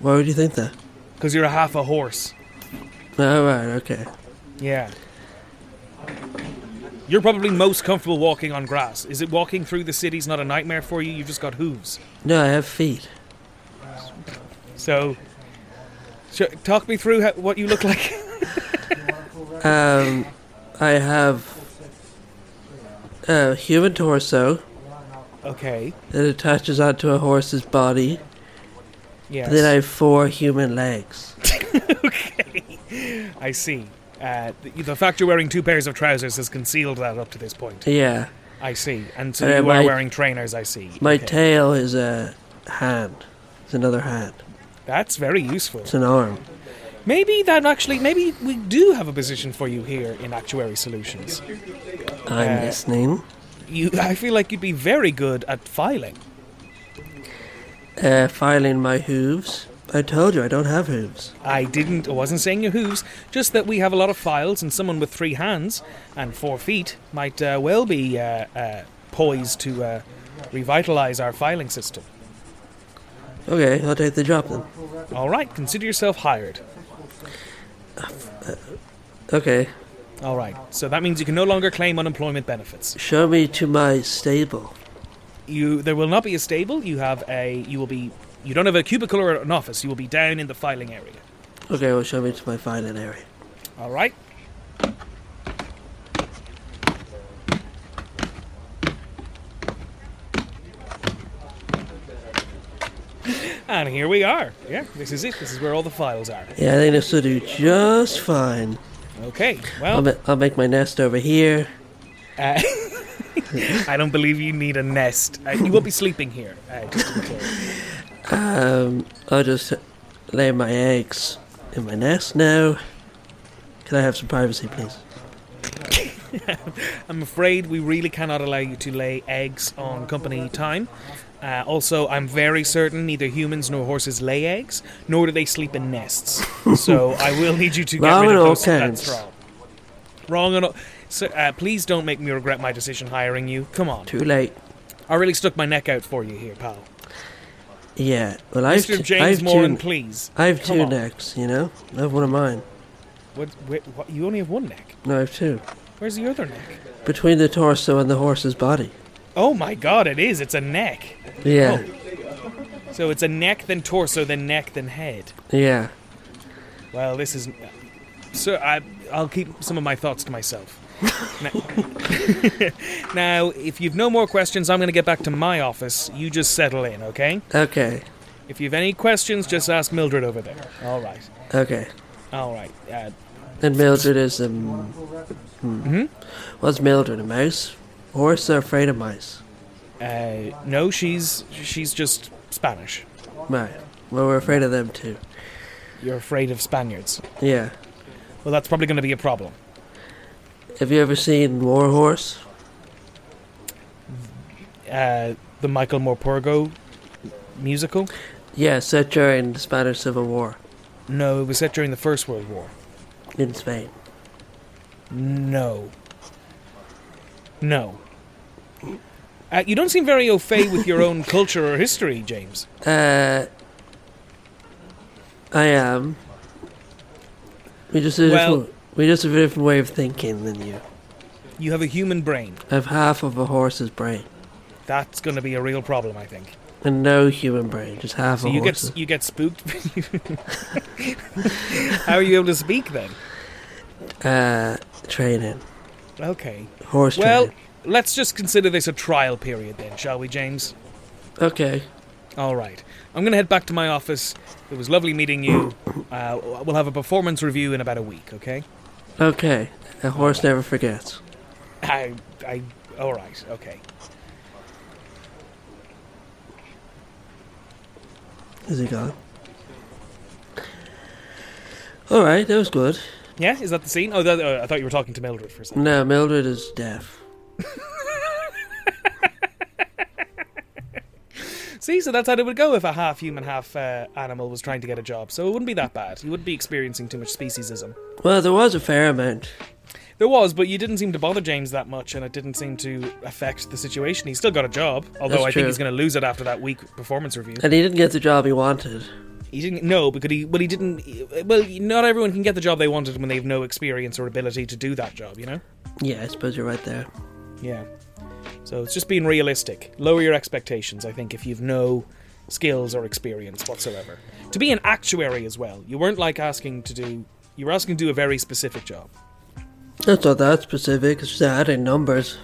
[SPEAKER 3] Why would you think that?
[SPEAKER 2] Because you're a half a horse.
[SPEAKER 3] All right, okay.
[SPEAKER 2] Yeah. You're probably most comfortable walking on grass. Is it walking through the city's not a nightmare for you? You've just got hooves.
[SPEAKER 3] No, I have feet.
[SPEAKER 2] So, sh- talk me through how, what you look <laughs> like.
[SPEAKER 3] Um, I have a human torso
[SPEAKER 2] okay.
[SPEAKER 3] that attaches onto a horse's body.
[SPEAKER 2] Yeah.
[SPEAKER 3] and Then I have four human legs.
[SPEAKER 2] I see. Uh, the, the fact you're wearing two pairs of trousers has concealed that up to this point.
[SPEAKER 3] Yeah,
[SPEAKER 2] I see. And so
[SPEAKER 3] Uh,
[SPEAKER 2] you
[SPEAKER 3] my-
[SPEAKER 2] are wearing trainers, I see.
[SPEAKER 3] my
[SPEAKER 2] Okay.
[SPEAKER 3] tail is a hand. It's another hand.
[SPEAKER 2] That's very useful.
[SPEAKER 3] It's an arm.
[SPEAKER 2] Maybe that actually, maybe we do have a position for you here in Actuary Solutions.
[SPEAKER 3] I'm
[SPEAKER 2] Uh,
[SPEAKER 3] listening.
[SPEAKER 2] You, I feel like you'd be very good at filing.
[SPEAKER 3] Uh, filing my hooves. I told you I don't have hooves.
[SPEAKER 2] I didn't, I wasn't saying your hooves, just that we have a lot of files, and someone with three hands and four feet might uh, well be uh, uh, poised to uh, revitalize our filing system.
[SPEAKER 3] Okay, I'll take the job then.
[SPEAKER 2] All right, consider yourself hired.
[SPEAKER 3] Okay,
[SPEAKER 2] All right. So that means you can no longer claim unemployment benefits.
[SPEAKER 3] show me to my stable.
[SPEAKER 2] You there will not be a stable. You have a you will be you don't have a cubicle or an office. You will be down in the filing area.
[SPEAKER 3] Okay, well, show me to my filing area.
[SPEAKER 2] All right. And here we are. Yeah, this is it. This is where all the files are.
[SPEAKER 3] Yeah, I think this will do just fine.
[SPEAKER 2] Okay. Well,
[SPEAKER 3] I'll, ma- I'll make my nest over here.
[SPEAKER 2] uh, I don't believe you need a nest. Uh, you won't be sleeping here. Uh, just to be clear.
[SPEAKER 3] Um, I'll just lay my eggs in my nest now. Can I have some privacy, please?
[SPEAKER 2] I'm afraid we really cannot allow you to lay eggs on company time. Uh, also, I'm very certain neither humans nor horses lay eggs, nor do they sleep in
[SPEAKER 3] <laughs>
[SPEAKER 2] nests. So I will need you to get
[SPEAKER 3] Wrong
[SPEAKER 2] rid
[SPEAKER 3] on
[SPEAKER 2] of
[SPEAKER 3] all
[SPEAKER 2] those, that
[SPEAKER 3] counts.
[SPEAKER 2] straw. Wrong on all. So, uh, please don't make me regret my decision hiring you. Come on.
[SPEAKER 3] Too late.
[SPEAKER 2] I really stuck my neck out for you here, pal.
[SPEAKER 3] Yeah. Well, I've
[SPEAKER 2] Mr.
[SPEAKER 3] two-
[SPEAKER 2] James
[SPEAKER 3] I've
[SPEAKER 2] Moran,
[SPEAKER 3] two,
[SPEAKER 2] please.
[SPEAKER 3] I have
[SPEAKER 2] Come
[SPEAKER 3] two
[SPEAKER 2] on.
[SPEAKER 3] necks. You know, I have one of mine.
[SPEAKER 2] What, wait, what, you only have one neck.
[SPEAKER 3] No, I have two
[SPEAKER 2] Where's the other neck?
[SPEAKER 3] between the torso and the horse's body.
[SPEAKER 2] Oh my god, it is. It's a neck.
[SPEAKER 3] Yeah.
[SPEAKER 2] Oh. So it's a neck, then torso, then neck, then head.
[SPEAKER 3] Yeah.
[SPEAKER 2] Well, this is. So I, I'll keep some of my thoughts to <laughs> myself. now, now, if you've no more questions, I'm going to get back to my office. You just settle in, okay?
[SPEAKER 3] Okay.
[SPEAKER 2] If you've any questions, just ask Mildred over there. All right.
[SPEAKER 3] Okay.
[SPEAKER 2] All right. Uh,
[SPEAKER 3] And Mildred is um. Hmm.
[SPEAKER 2] Mm-hmm.
[SPEAKER 3] What's Mildred? A mouse? Horse are afraid of mice.
[SPEAKER 2] uh, no, she's she's just Spanish.
[SPEAKER 3] Right. Well, we're afraid of them too.
[SPEAKER 2] You're afraid of Spaniards.
[SPEAKER 3] Yeah.
[SPEAKER 2] Well, that's probably going to be a problem.
[SPEAKER 3] Have you ever seen War Horse?
[SPEAKER 2] Uh, the Michael Morpurgo musical?
[SPEAKER 3] Yeah, set during the Spanish Civil War
[SPEAKER 2] No, it was set during the First World War.
[SPEAKER 3] in Spain.
[SPEAKER 2] No. No. Uh, you don't seem very au fait with your own culture or history, James.
[SPEAKER 3] Uh, I am. We just have a
[SPEAKER 2] Well-
[SPEAKER 3] different, we just have a different way of thinking than you.
[SPEAKER 2] You have a human brain.
[SPEAKER 3] I have half of a horse's brain
[SPEAKER 2] That's going to be a real problem, I think.
[SPEAKER 3] and no human brain, just half
[SPEAKER 2] So
[SPEAKER 3] a
[SPEAKER 2] you get
[SPEAKER 3] horse's.
[SPEAKER 2] you get spooked. <laughs> How are you able to speak then?
[SPEAKER 3] uh, training,
[SPEAKER 2] Okay.
[SPEAKER 3] horse
[SPEAKER 2] Well,
[SPEAKER 3] training.
[SPEAKER 2] let's just consider this a trial period then, shall we, James?
[SPEAKER 3] Okay,
[SPEAKER 2] All right. I'm going to head back to my office. It was lovely meeting you. Uh, we'll have a performance review in about a week, okay?
[SPEAKER 3] okay. A horse never forgets.
[SPEAKER 2] I, I, all right, okay.
[SPEAKER 3] Is he gone? All right, that was good.
[SPEAKER 2] Yeah, is that the scene? Oh, that, oh, I thought you were talking to Mildred for a second.
[SPEAKER 3] No, Mildred is deaf.
[SPEAKER 2] See, so that's how it would go if a half human, half uh, animal was trying to get a job. So it wouldn't be that bad. You wouldn't be experiencing too much speciesism.
[SPEAKER 3] Well, there was a fair amount.
[SPEAKER 2] There was, but you didn't seem to bother James that much, and it didn't seem to affect the situation. He's still got a job, although
[SPEAKER 3] That's
[SPEAKER 2] I think
[SPEAKER 3] true.
[SPEAKER 2] he's going to lose it after that week performance review.
[SPEAKER 3] And he didn't get the job he wanted.
[SPEAKER 2] He didn't no, because he well he didn't. Well, not everyone can get the job they wanted when they have no experience or ability to do that job. You know.
[SPEAKER 3] Yeah, I suppose you're right there.
[SPEAKER 2] Yeah. So it's just being realistic. Lower your expectations, I think, if you've no skills or experience whatsoever. To be an actuary as well, you weren't like asking to do. You were asking to do a very specific job.
[SPEAKER 3] That's not that specific, it's just adding numbers.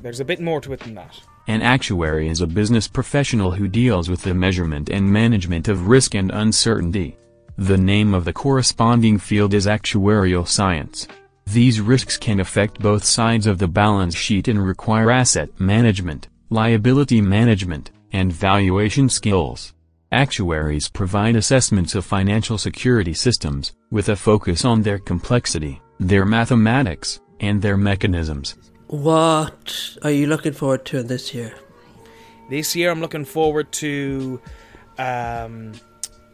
[SPEAKER 2] There's a bit more to it than that.
[SPEAKER 4] An actuary is a business professional who deals with the measurement and management of risk and uncertainty. The name of the corresponding field is actuarial science. These risks can affect both sides of the balance sheet and require asset management, liability management, and valuation skills. Actuaries provide assessments of financial security systems, with a focus on their complexity, their mathematics, and their mechanisms.
[SPEAKER 3] What are you looking forward to this year?
[SPEAKER 2] This year, I'm looking forward to um,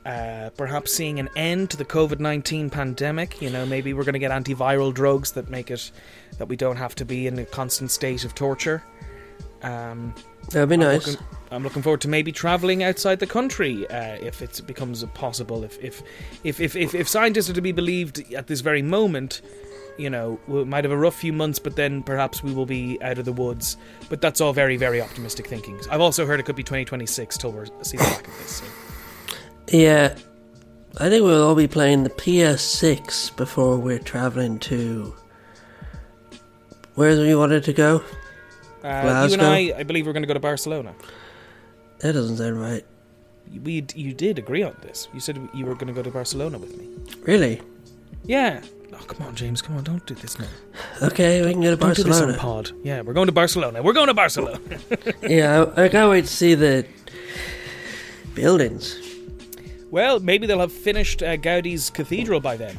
[SPEAKER 2] uh, perhaps seeing an end to the COVID 19 pandemic. You know, maybe we're going to get antiviral drugs that make it that we don't have to be in a constant state of torture. Um,
[SPEAKER 3] That'd be nice.
[SPEAKER 2] Looking- I'm looking forward to maybe traveling outside the country uh, if it becomes possible. If if, if if if if scientists are to be believed at this very moment, you know, we might have a rough few months, but then perhaps we will be out of the woods. But that's all very very optimistic thinking. I've also heard it could be 2026 till we're see the back of this. Uh, So.
[SPEAKER 3] Yeah, I think we'll all be playing the PS6 before we're traveling to. Where do we wanted to go?
[SPEAKER 2] Uh, you and
[SPEAKER 3] Glasgow.
[SPEAKER 2] I, I believe we're going to go to Barcelona.
[SPEAKER 3] That doesn't sound right.
[SPEAKER 2] We you did agree on this. You said you were going to go to Barcelona with me.
[SPEAKER 3] Really?
[SPEAKER 2] Yeah. Oh come on, James. Come on, don't do this now.
[SPEAKER 3] Okay, we can go to
[SPEAKER 2] Don't do this on
[SPEAKER 3] Barcelona.
[SPEAKER 2] pod. Yeah, we're going to Barcelona. We're going to Barcelona.
[SPEAKER 3] Yeah, I, I can't wait to see the buildings.
[SPEAKER 2] Well, maybe they'll have finished uh, Gaudi's cathedral by then.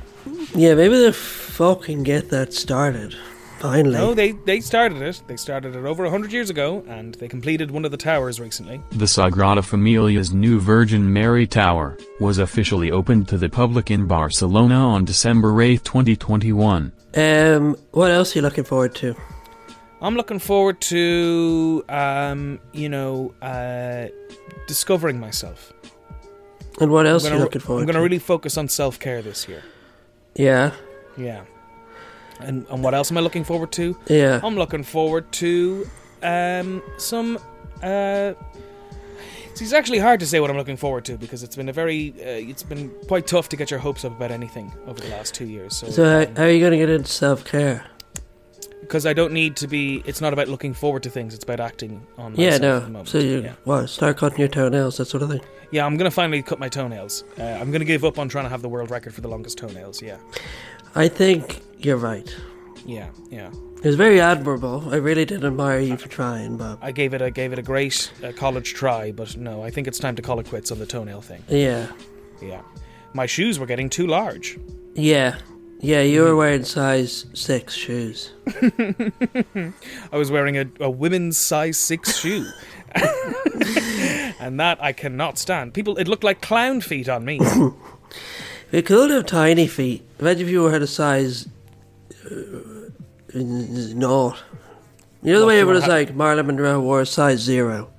[SPEAKER 3] Yeah, maybe the folk can get that started. Finally.
[SPEAKER 2] No, they, they started it. They started it over 100 years ago, and they completed one of the towers recently.
[SPEAKER 4] The Sagrada Familia's new Virgin Mary Tower was officially opened to the public in Barcelona on December 8, 2021.
[SPEAKER 3] Um, what else are you looking forward to?
[SPEAKER 2] I'm looking forward to, um, you know, uh, discovering myself.
[SPEAKER 3] And what else
[SPEAKER 2] I'm
[SPEAKER 3] are you
[SPEAKER 2] gonna-
[SPEAKER 3] looking forward
[SPEAKER 2] I'm going to
[SPEAKER 3] to?
[SPEAKER 2] really focus on self care this year.
[SPEAKER 3] yeah,
[SPEAKER 2] Yeah. And, and what else am I looking forward to?
[SPEAKER 3] yeah.
[SPEAKER 2] I'm looking forward to um, some. Uh, see, it's actually hard to say what I'm looking forward to because it's been a very, uh, it's been quite tough to get your hopes up about anything over the last two years. So,
[SPEAKER 3] so, how, how are you going to get into self care?
[SPEAKER 2] because I don't need to be, it's not about looking forward to things; it's about acting on. Myself
[SPEAKER 3] Yeah,
[SPEAKER 2] At the
[SPEAKER 3] no.
[SPEAKER 2] moment.
[SPEAKER 3] So you
[SPEAKER 2] yeah.
[SPEAKER 3] what? Start cutting your toenails, that sort of thing.
[SPEAKER 2] yeah, I'm gonna finally cut my toenails. Uh, I'm gonna give up on trying to have the world record for the longest toenails. Yeah,
[SPEAKER 3] I think you're right.
[SPEAKER 2] yeah, yeah.
[SPEAKER 3] It was very admirable. I really did admire you for trying, but
[SPEAKER 2] I gave it, I gave it a great uh, college try, but no, I think it's time to call it quits on the toenail thing.
[SPEAKER 3] yeah,
[SPEAKER 2] Yeah, my shoes were getting too large.
[SPEAKER 3] yeah, yeah. You were wearing size six shoes.
[SPEAKER 2] I was wearing a, a women's size six shoe. and that I cannot stand. People, it looked like clown feet on me.
[SPEAKER 3] You could have tiny feet. Imagine if you were at a size. Uh, not. You know the
[SPEAKER 2] What,
[SPEAKER 3] way
[SPEAKER 2] you
[SPEAKER 3] it was
[SPEAKER 2] ha-
[SPEAKER 3] like Marilyn Monroe wore a size zero,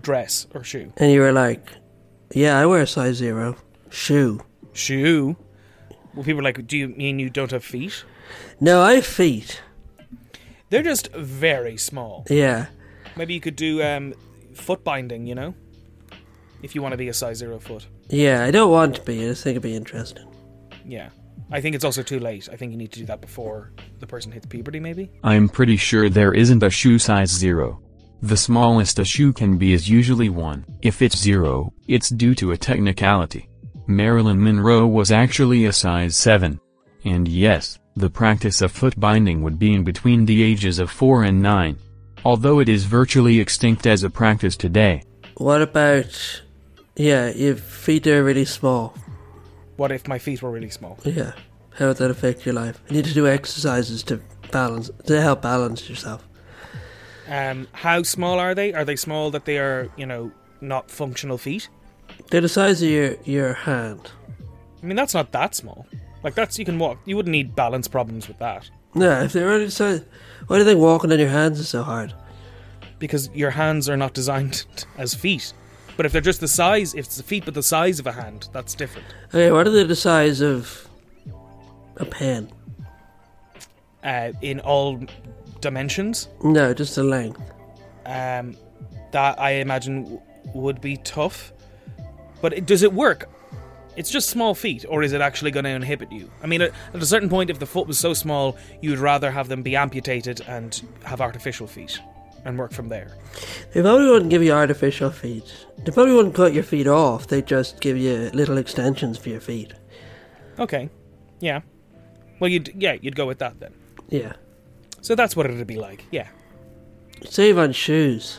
[SPEAKER 2] Dress or shoe.
[SPEAKER 3] and you were like, "Yeah, I wear a size zero shoe."
[SPEAKER 2] Shoe. Well, people are like, do you mean you don't have feet?
[SPEAKER 3] No, I have feet.
[SPEAKER 2] They're just very small.
[SPEAKER 3] Yeah,
[SPEAKER 2] Maybe you could do um, foot binding, you know? If you want to be a size zero foot.
[SPEAKER 3] yeah. I don't want to be. I just think it'd be interesting.
[SPEAKER 2] Yeah. I think it's also too late. I think you need to do that before the person hits puberty, maybe?
[SPEAKER 4] I'm pretty sure there isn't a shoe size 0. The smallest a shoe can be is usually 1. If it's 0, it's due to a technicality. Marilyn Monroe was actually a size 7. And yes, the practice of foot binding would be in between the ages of 4 and 9. Although it is virtually extinct as a practice today.
[SPEAKER 3] What about? Yeah, your feet are really small.
[SPEAKER 2] What if my feet were really small?
[SPEAKER 3] Yeah. How would that affect your life? You need to do exercises to balance to help balance yourself.
[SPEAKER 2] Um, how small are they? Are they small that they are, you know, not functional feet?
[SPEAKER 3] They're the size of your your hand.
[SPEAKER 2] I mean, that's not that small. Like that's you can walk. You wouldn't need balance problems with that
[SPEAKER 3] No, if they're already the size, why do you think walking on your hands is so hard?
[SPEAKER 2] because your hands are not designed <laughs> as feet. But if they're just the size, if it's the feet but the size of a hand, that's different.
[SPEAKER 3] Okay, what are they the size of a pen?
[SPEAKER 2] Uh, in all dimensions,
[SPEAKER 3] No, just the length.
[SPEAKER 2] um, that I imagine w- would be tough. But it, does it work? It's just small feet, or is it actually going to inhibit you? I mean, at, at a certain point, if the foot was so small, you'd rather have them be amputated and have artificial feet and work from there.
[SPEAKER 3] They probably wouldn't give you artificial feet. They probably wouldn't cut your feet off. They'd just give you little extensions for your feet.
[SPEAKER 2] Okay, yeah. Well, you'd yeah, you'd go with that then.
[SPEAKER 3] Yeah.
[SPEAKER 2] So that's what it'd be like. Yeah.
[SPEAKER 3] Save on shoes.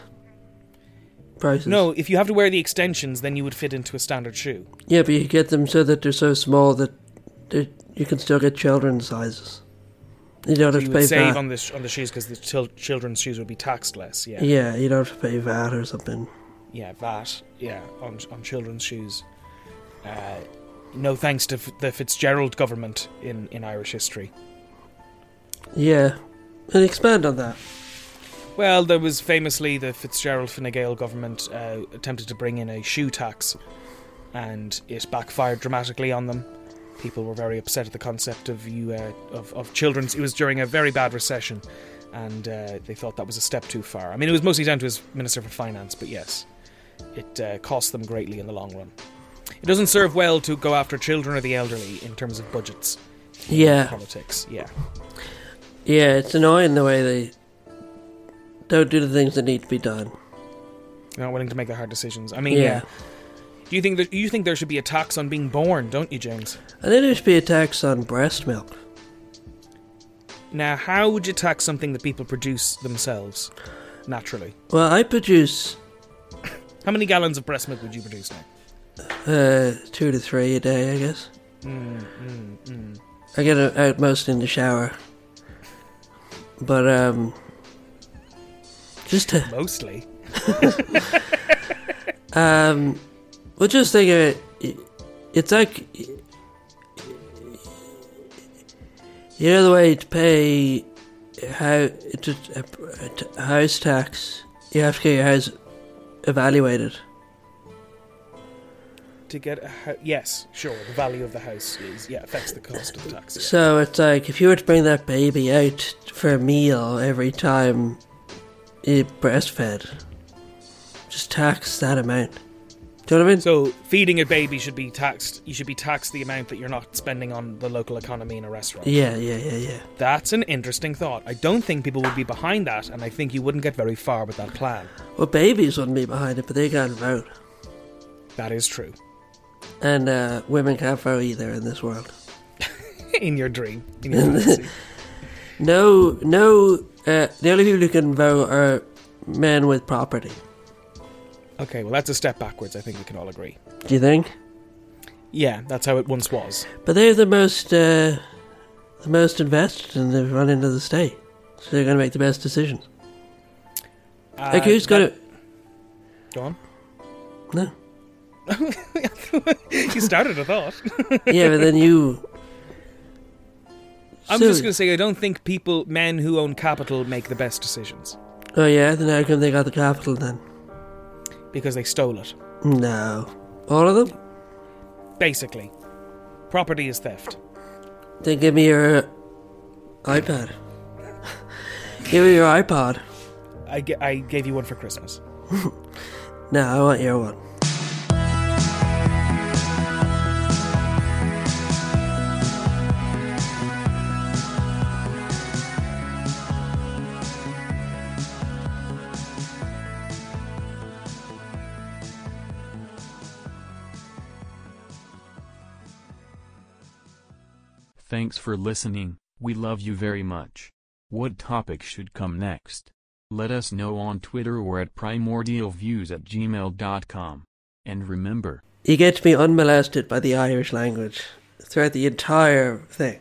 [SPEAKER 3] Prices.
[SPEAKER 2] No, if you have to wear the extensions, then you would fit into a standard shoe.
[SPEAKER 3] Yeah, but you get them so that they're so small that they're- you can still get children's sizes. You don't have
[SPEAKER 2] you
[SPEAKER 3] to
[SPEAKER 2] would
[SPEAKER 3] pay
[SPEAKER 2] save
[SPEAKER 3] VAT.
[SPEAKER 2] on the sh- on the shoes because the chil- children's shoes would be taxed less. Yeah.
[SPEAKER 3] yeah, you don't have to pay VAT or something.
[SPEAKER 2] yeah, that, yeah, on on children's shoes. Uh, no thanks to f- the Fitzgerald government in, in Irish history.
[SPEAKER 3] Yeah, and expand on that.
[SPEAKER 2] Well, there was famously the Fitzgerald Fine Gael government uh, attempted to bring in a shoe tax, and it backfired dramatically on them. People were very upset at the concept of you uh, of of children's. It was during a very bad recession, and uh, they thought that was a step too far. I mean, it was mostly down to his minister for finance, but yes, it uh, cost them greatly in the long run. It doesn't serve well to go after children or the elderly in terms of budgets
[SPEAKER 3] Yeah,
[SPEAKER 2] politics. Yeah,
[SPEAKER 3] yeah, it's annoying the way they don't do the things that need to be done.
[SPEAKER 2] they're not willing to make the hard decisions. I mean, yeah.
[SPEAKER 3] Yeah,
[SPEAKER 2] Do you think that you think there should be a tax on being born, don't you, James?
[SPEAKER 3] and then there should be a tax on breast milk.
[SPEAKER 2] Now, how would you tax something that people produce themselves naturally?
[SPEAKER 3] Well, I produce
[SPEAKER 2] How many gallons of breast milk would you produce now?
[SPEAKER 3] uh, two to three a day, I guess. I get it out mostly in the shower. But um, just to
[SPEAKER 2] mostly.
[SPEAKER 3] Um, well, just think of it. i- It's like you know the way to pay how to, uh, to house tax. You have to get your house evaluated.
[SPEAKER 2] To get a ho- yes, sure. The value of the house is yeah affects the cost of the tax.
[SPEAKER 3] So it's like if you were to bring that baby out for a meal every time it breastfed, just tax that amount. Do you know what I mean?
[SPEAKER 2] So feeding a baby should be taxed. You should be taxed the amount that you're not spending on the local economy in a restaurant.
[SPEAKER 3] yeah, yeah, yeah, yeah.
[SPEAKER 2] That's an interesting thought. I don't think people would be behind that, and I think you wouldn't get very far with that plan.
[SPEAKER 3] Well, babies wouldn't be behind it, but they can't vote.
[SPEAKER 2] That is true. <laughs>
[SPEAKER 3] And uh, women can't vote either in this world.
[SPEAKER 2] in your dream, in your fantasy.
[SPEAKER 3] No, no. Uh, the only people who can vote are men with property.
[SPEAKER 2] Okay, well that's a step backwards. I think we can all agree.
[SPEAKER 3] Do you think?
[SPEAKER 2] Yeah, that's how it once was.
[SPEAKER 3] But they're the most, uh, the most invested, and they've run into the state, so they're going to make the best decisions.
[SPEAKER 2] Uh,
[SPEAKER 3] like who's going to?
[SPEAKER 2] that- Go on.
[SPEAKER 3] No.
[SPEAKER 2] <laughs> You started a thought.
[SPEAKER 3] Yeah, but then you.
[SPEAKER 2] I'm
[SPEAKER 3] So-
[SPEAKER 2] just going to say I don't think people, men who own capital, make the best decisions
[SPEAKER 3] Oh yeah, then how come they got the capital then?
[SPEAKER 2] because they stole it.
[SPEAKER 3] No, all of them.
[SPEAKER 2] Basically, property is theft.
[SPEAKER 3] Then give me your iPad. <laughs> give me your iPod.
[SPEAKER 2] I, g- I gave you one for Christmas.
[SPEAKER 3] No, I want your one.
[SPEAKER 4] Thanks for listening. We love you very much. What topic should come next? Let us know on Twitter or at primordialviews at gmail.com. And remember,
[SPEAKER 3] You get to be unmolested by the Irish language throughout the entire thing.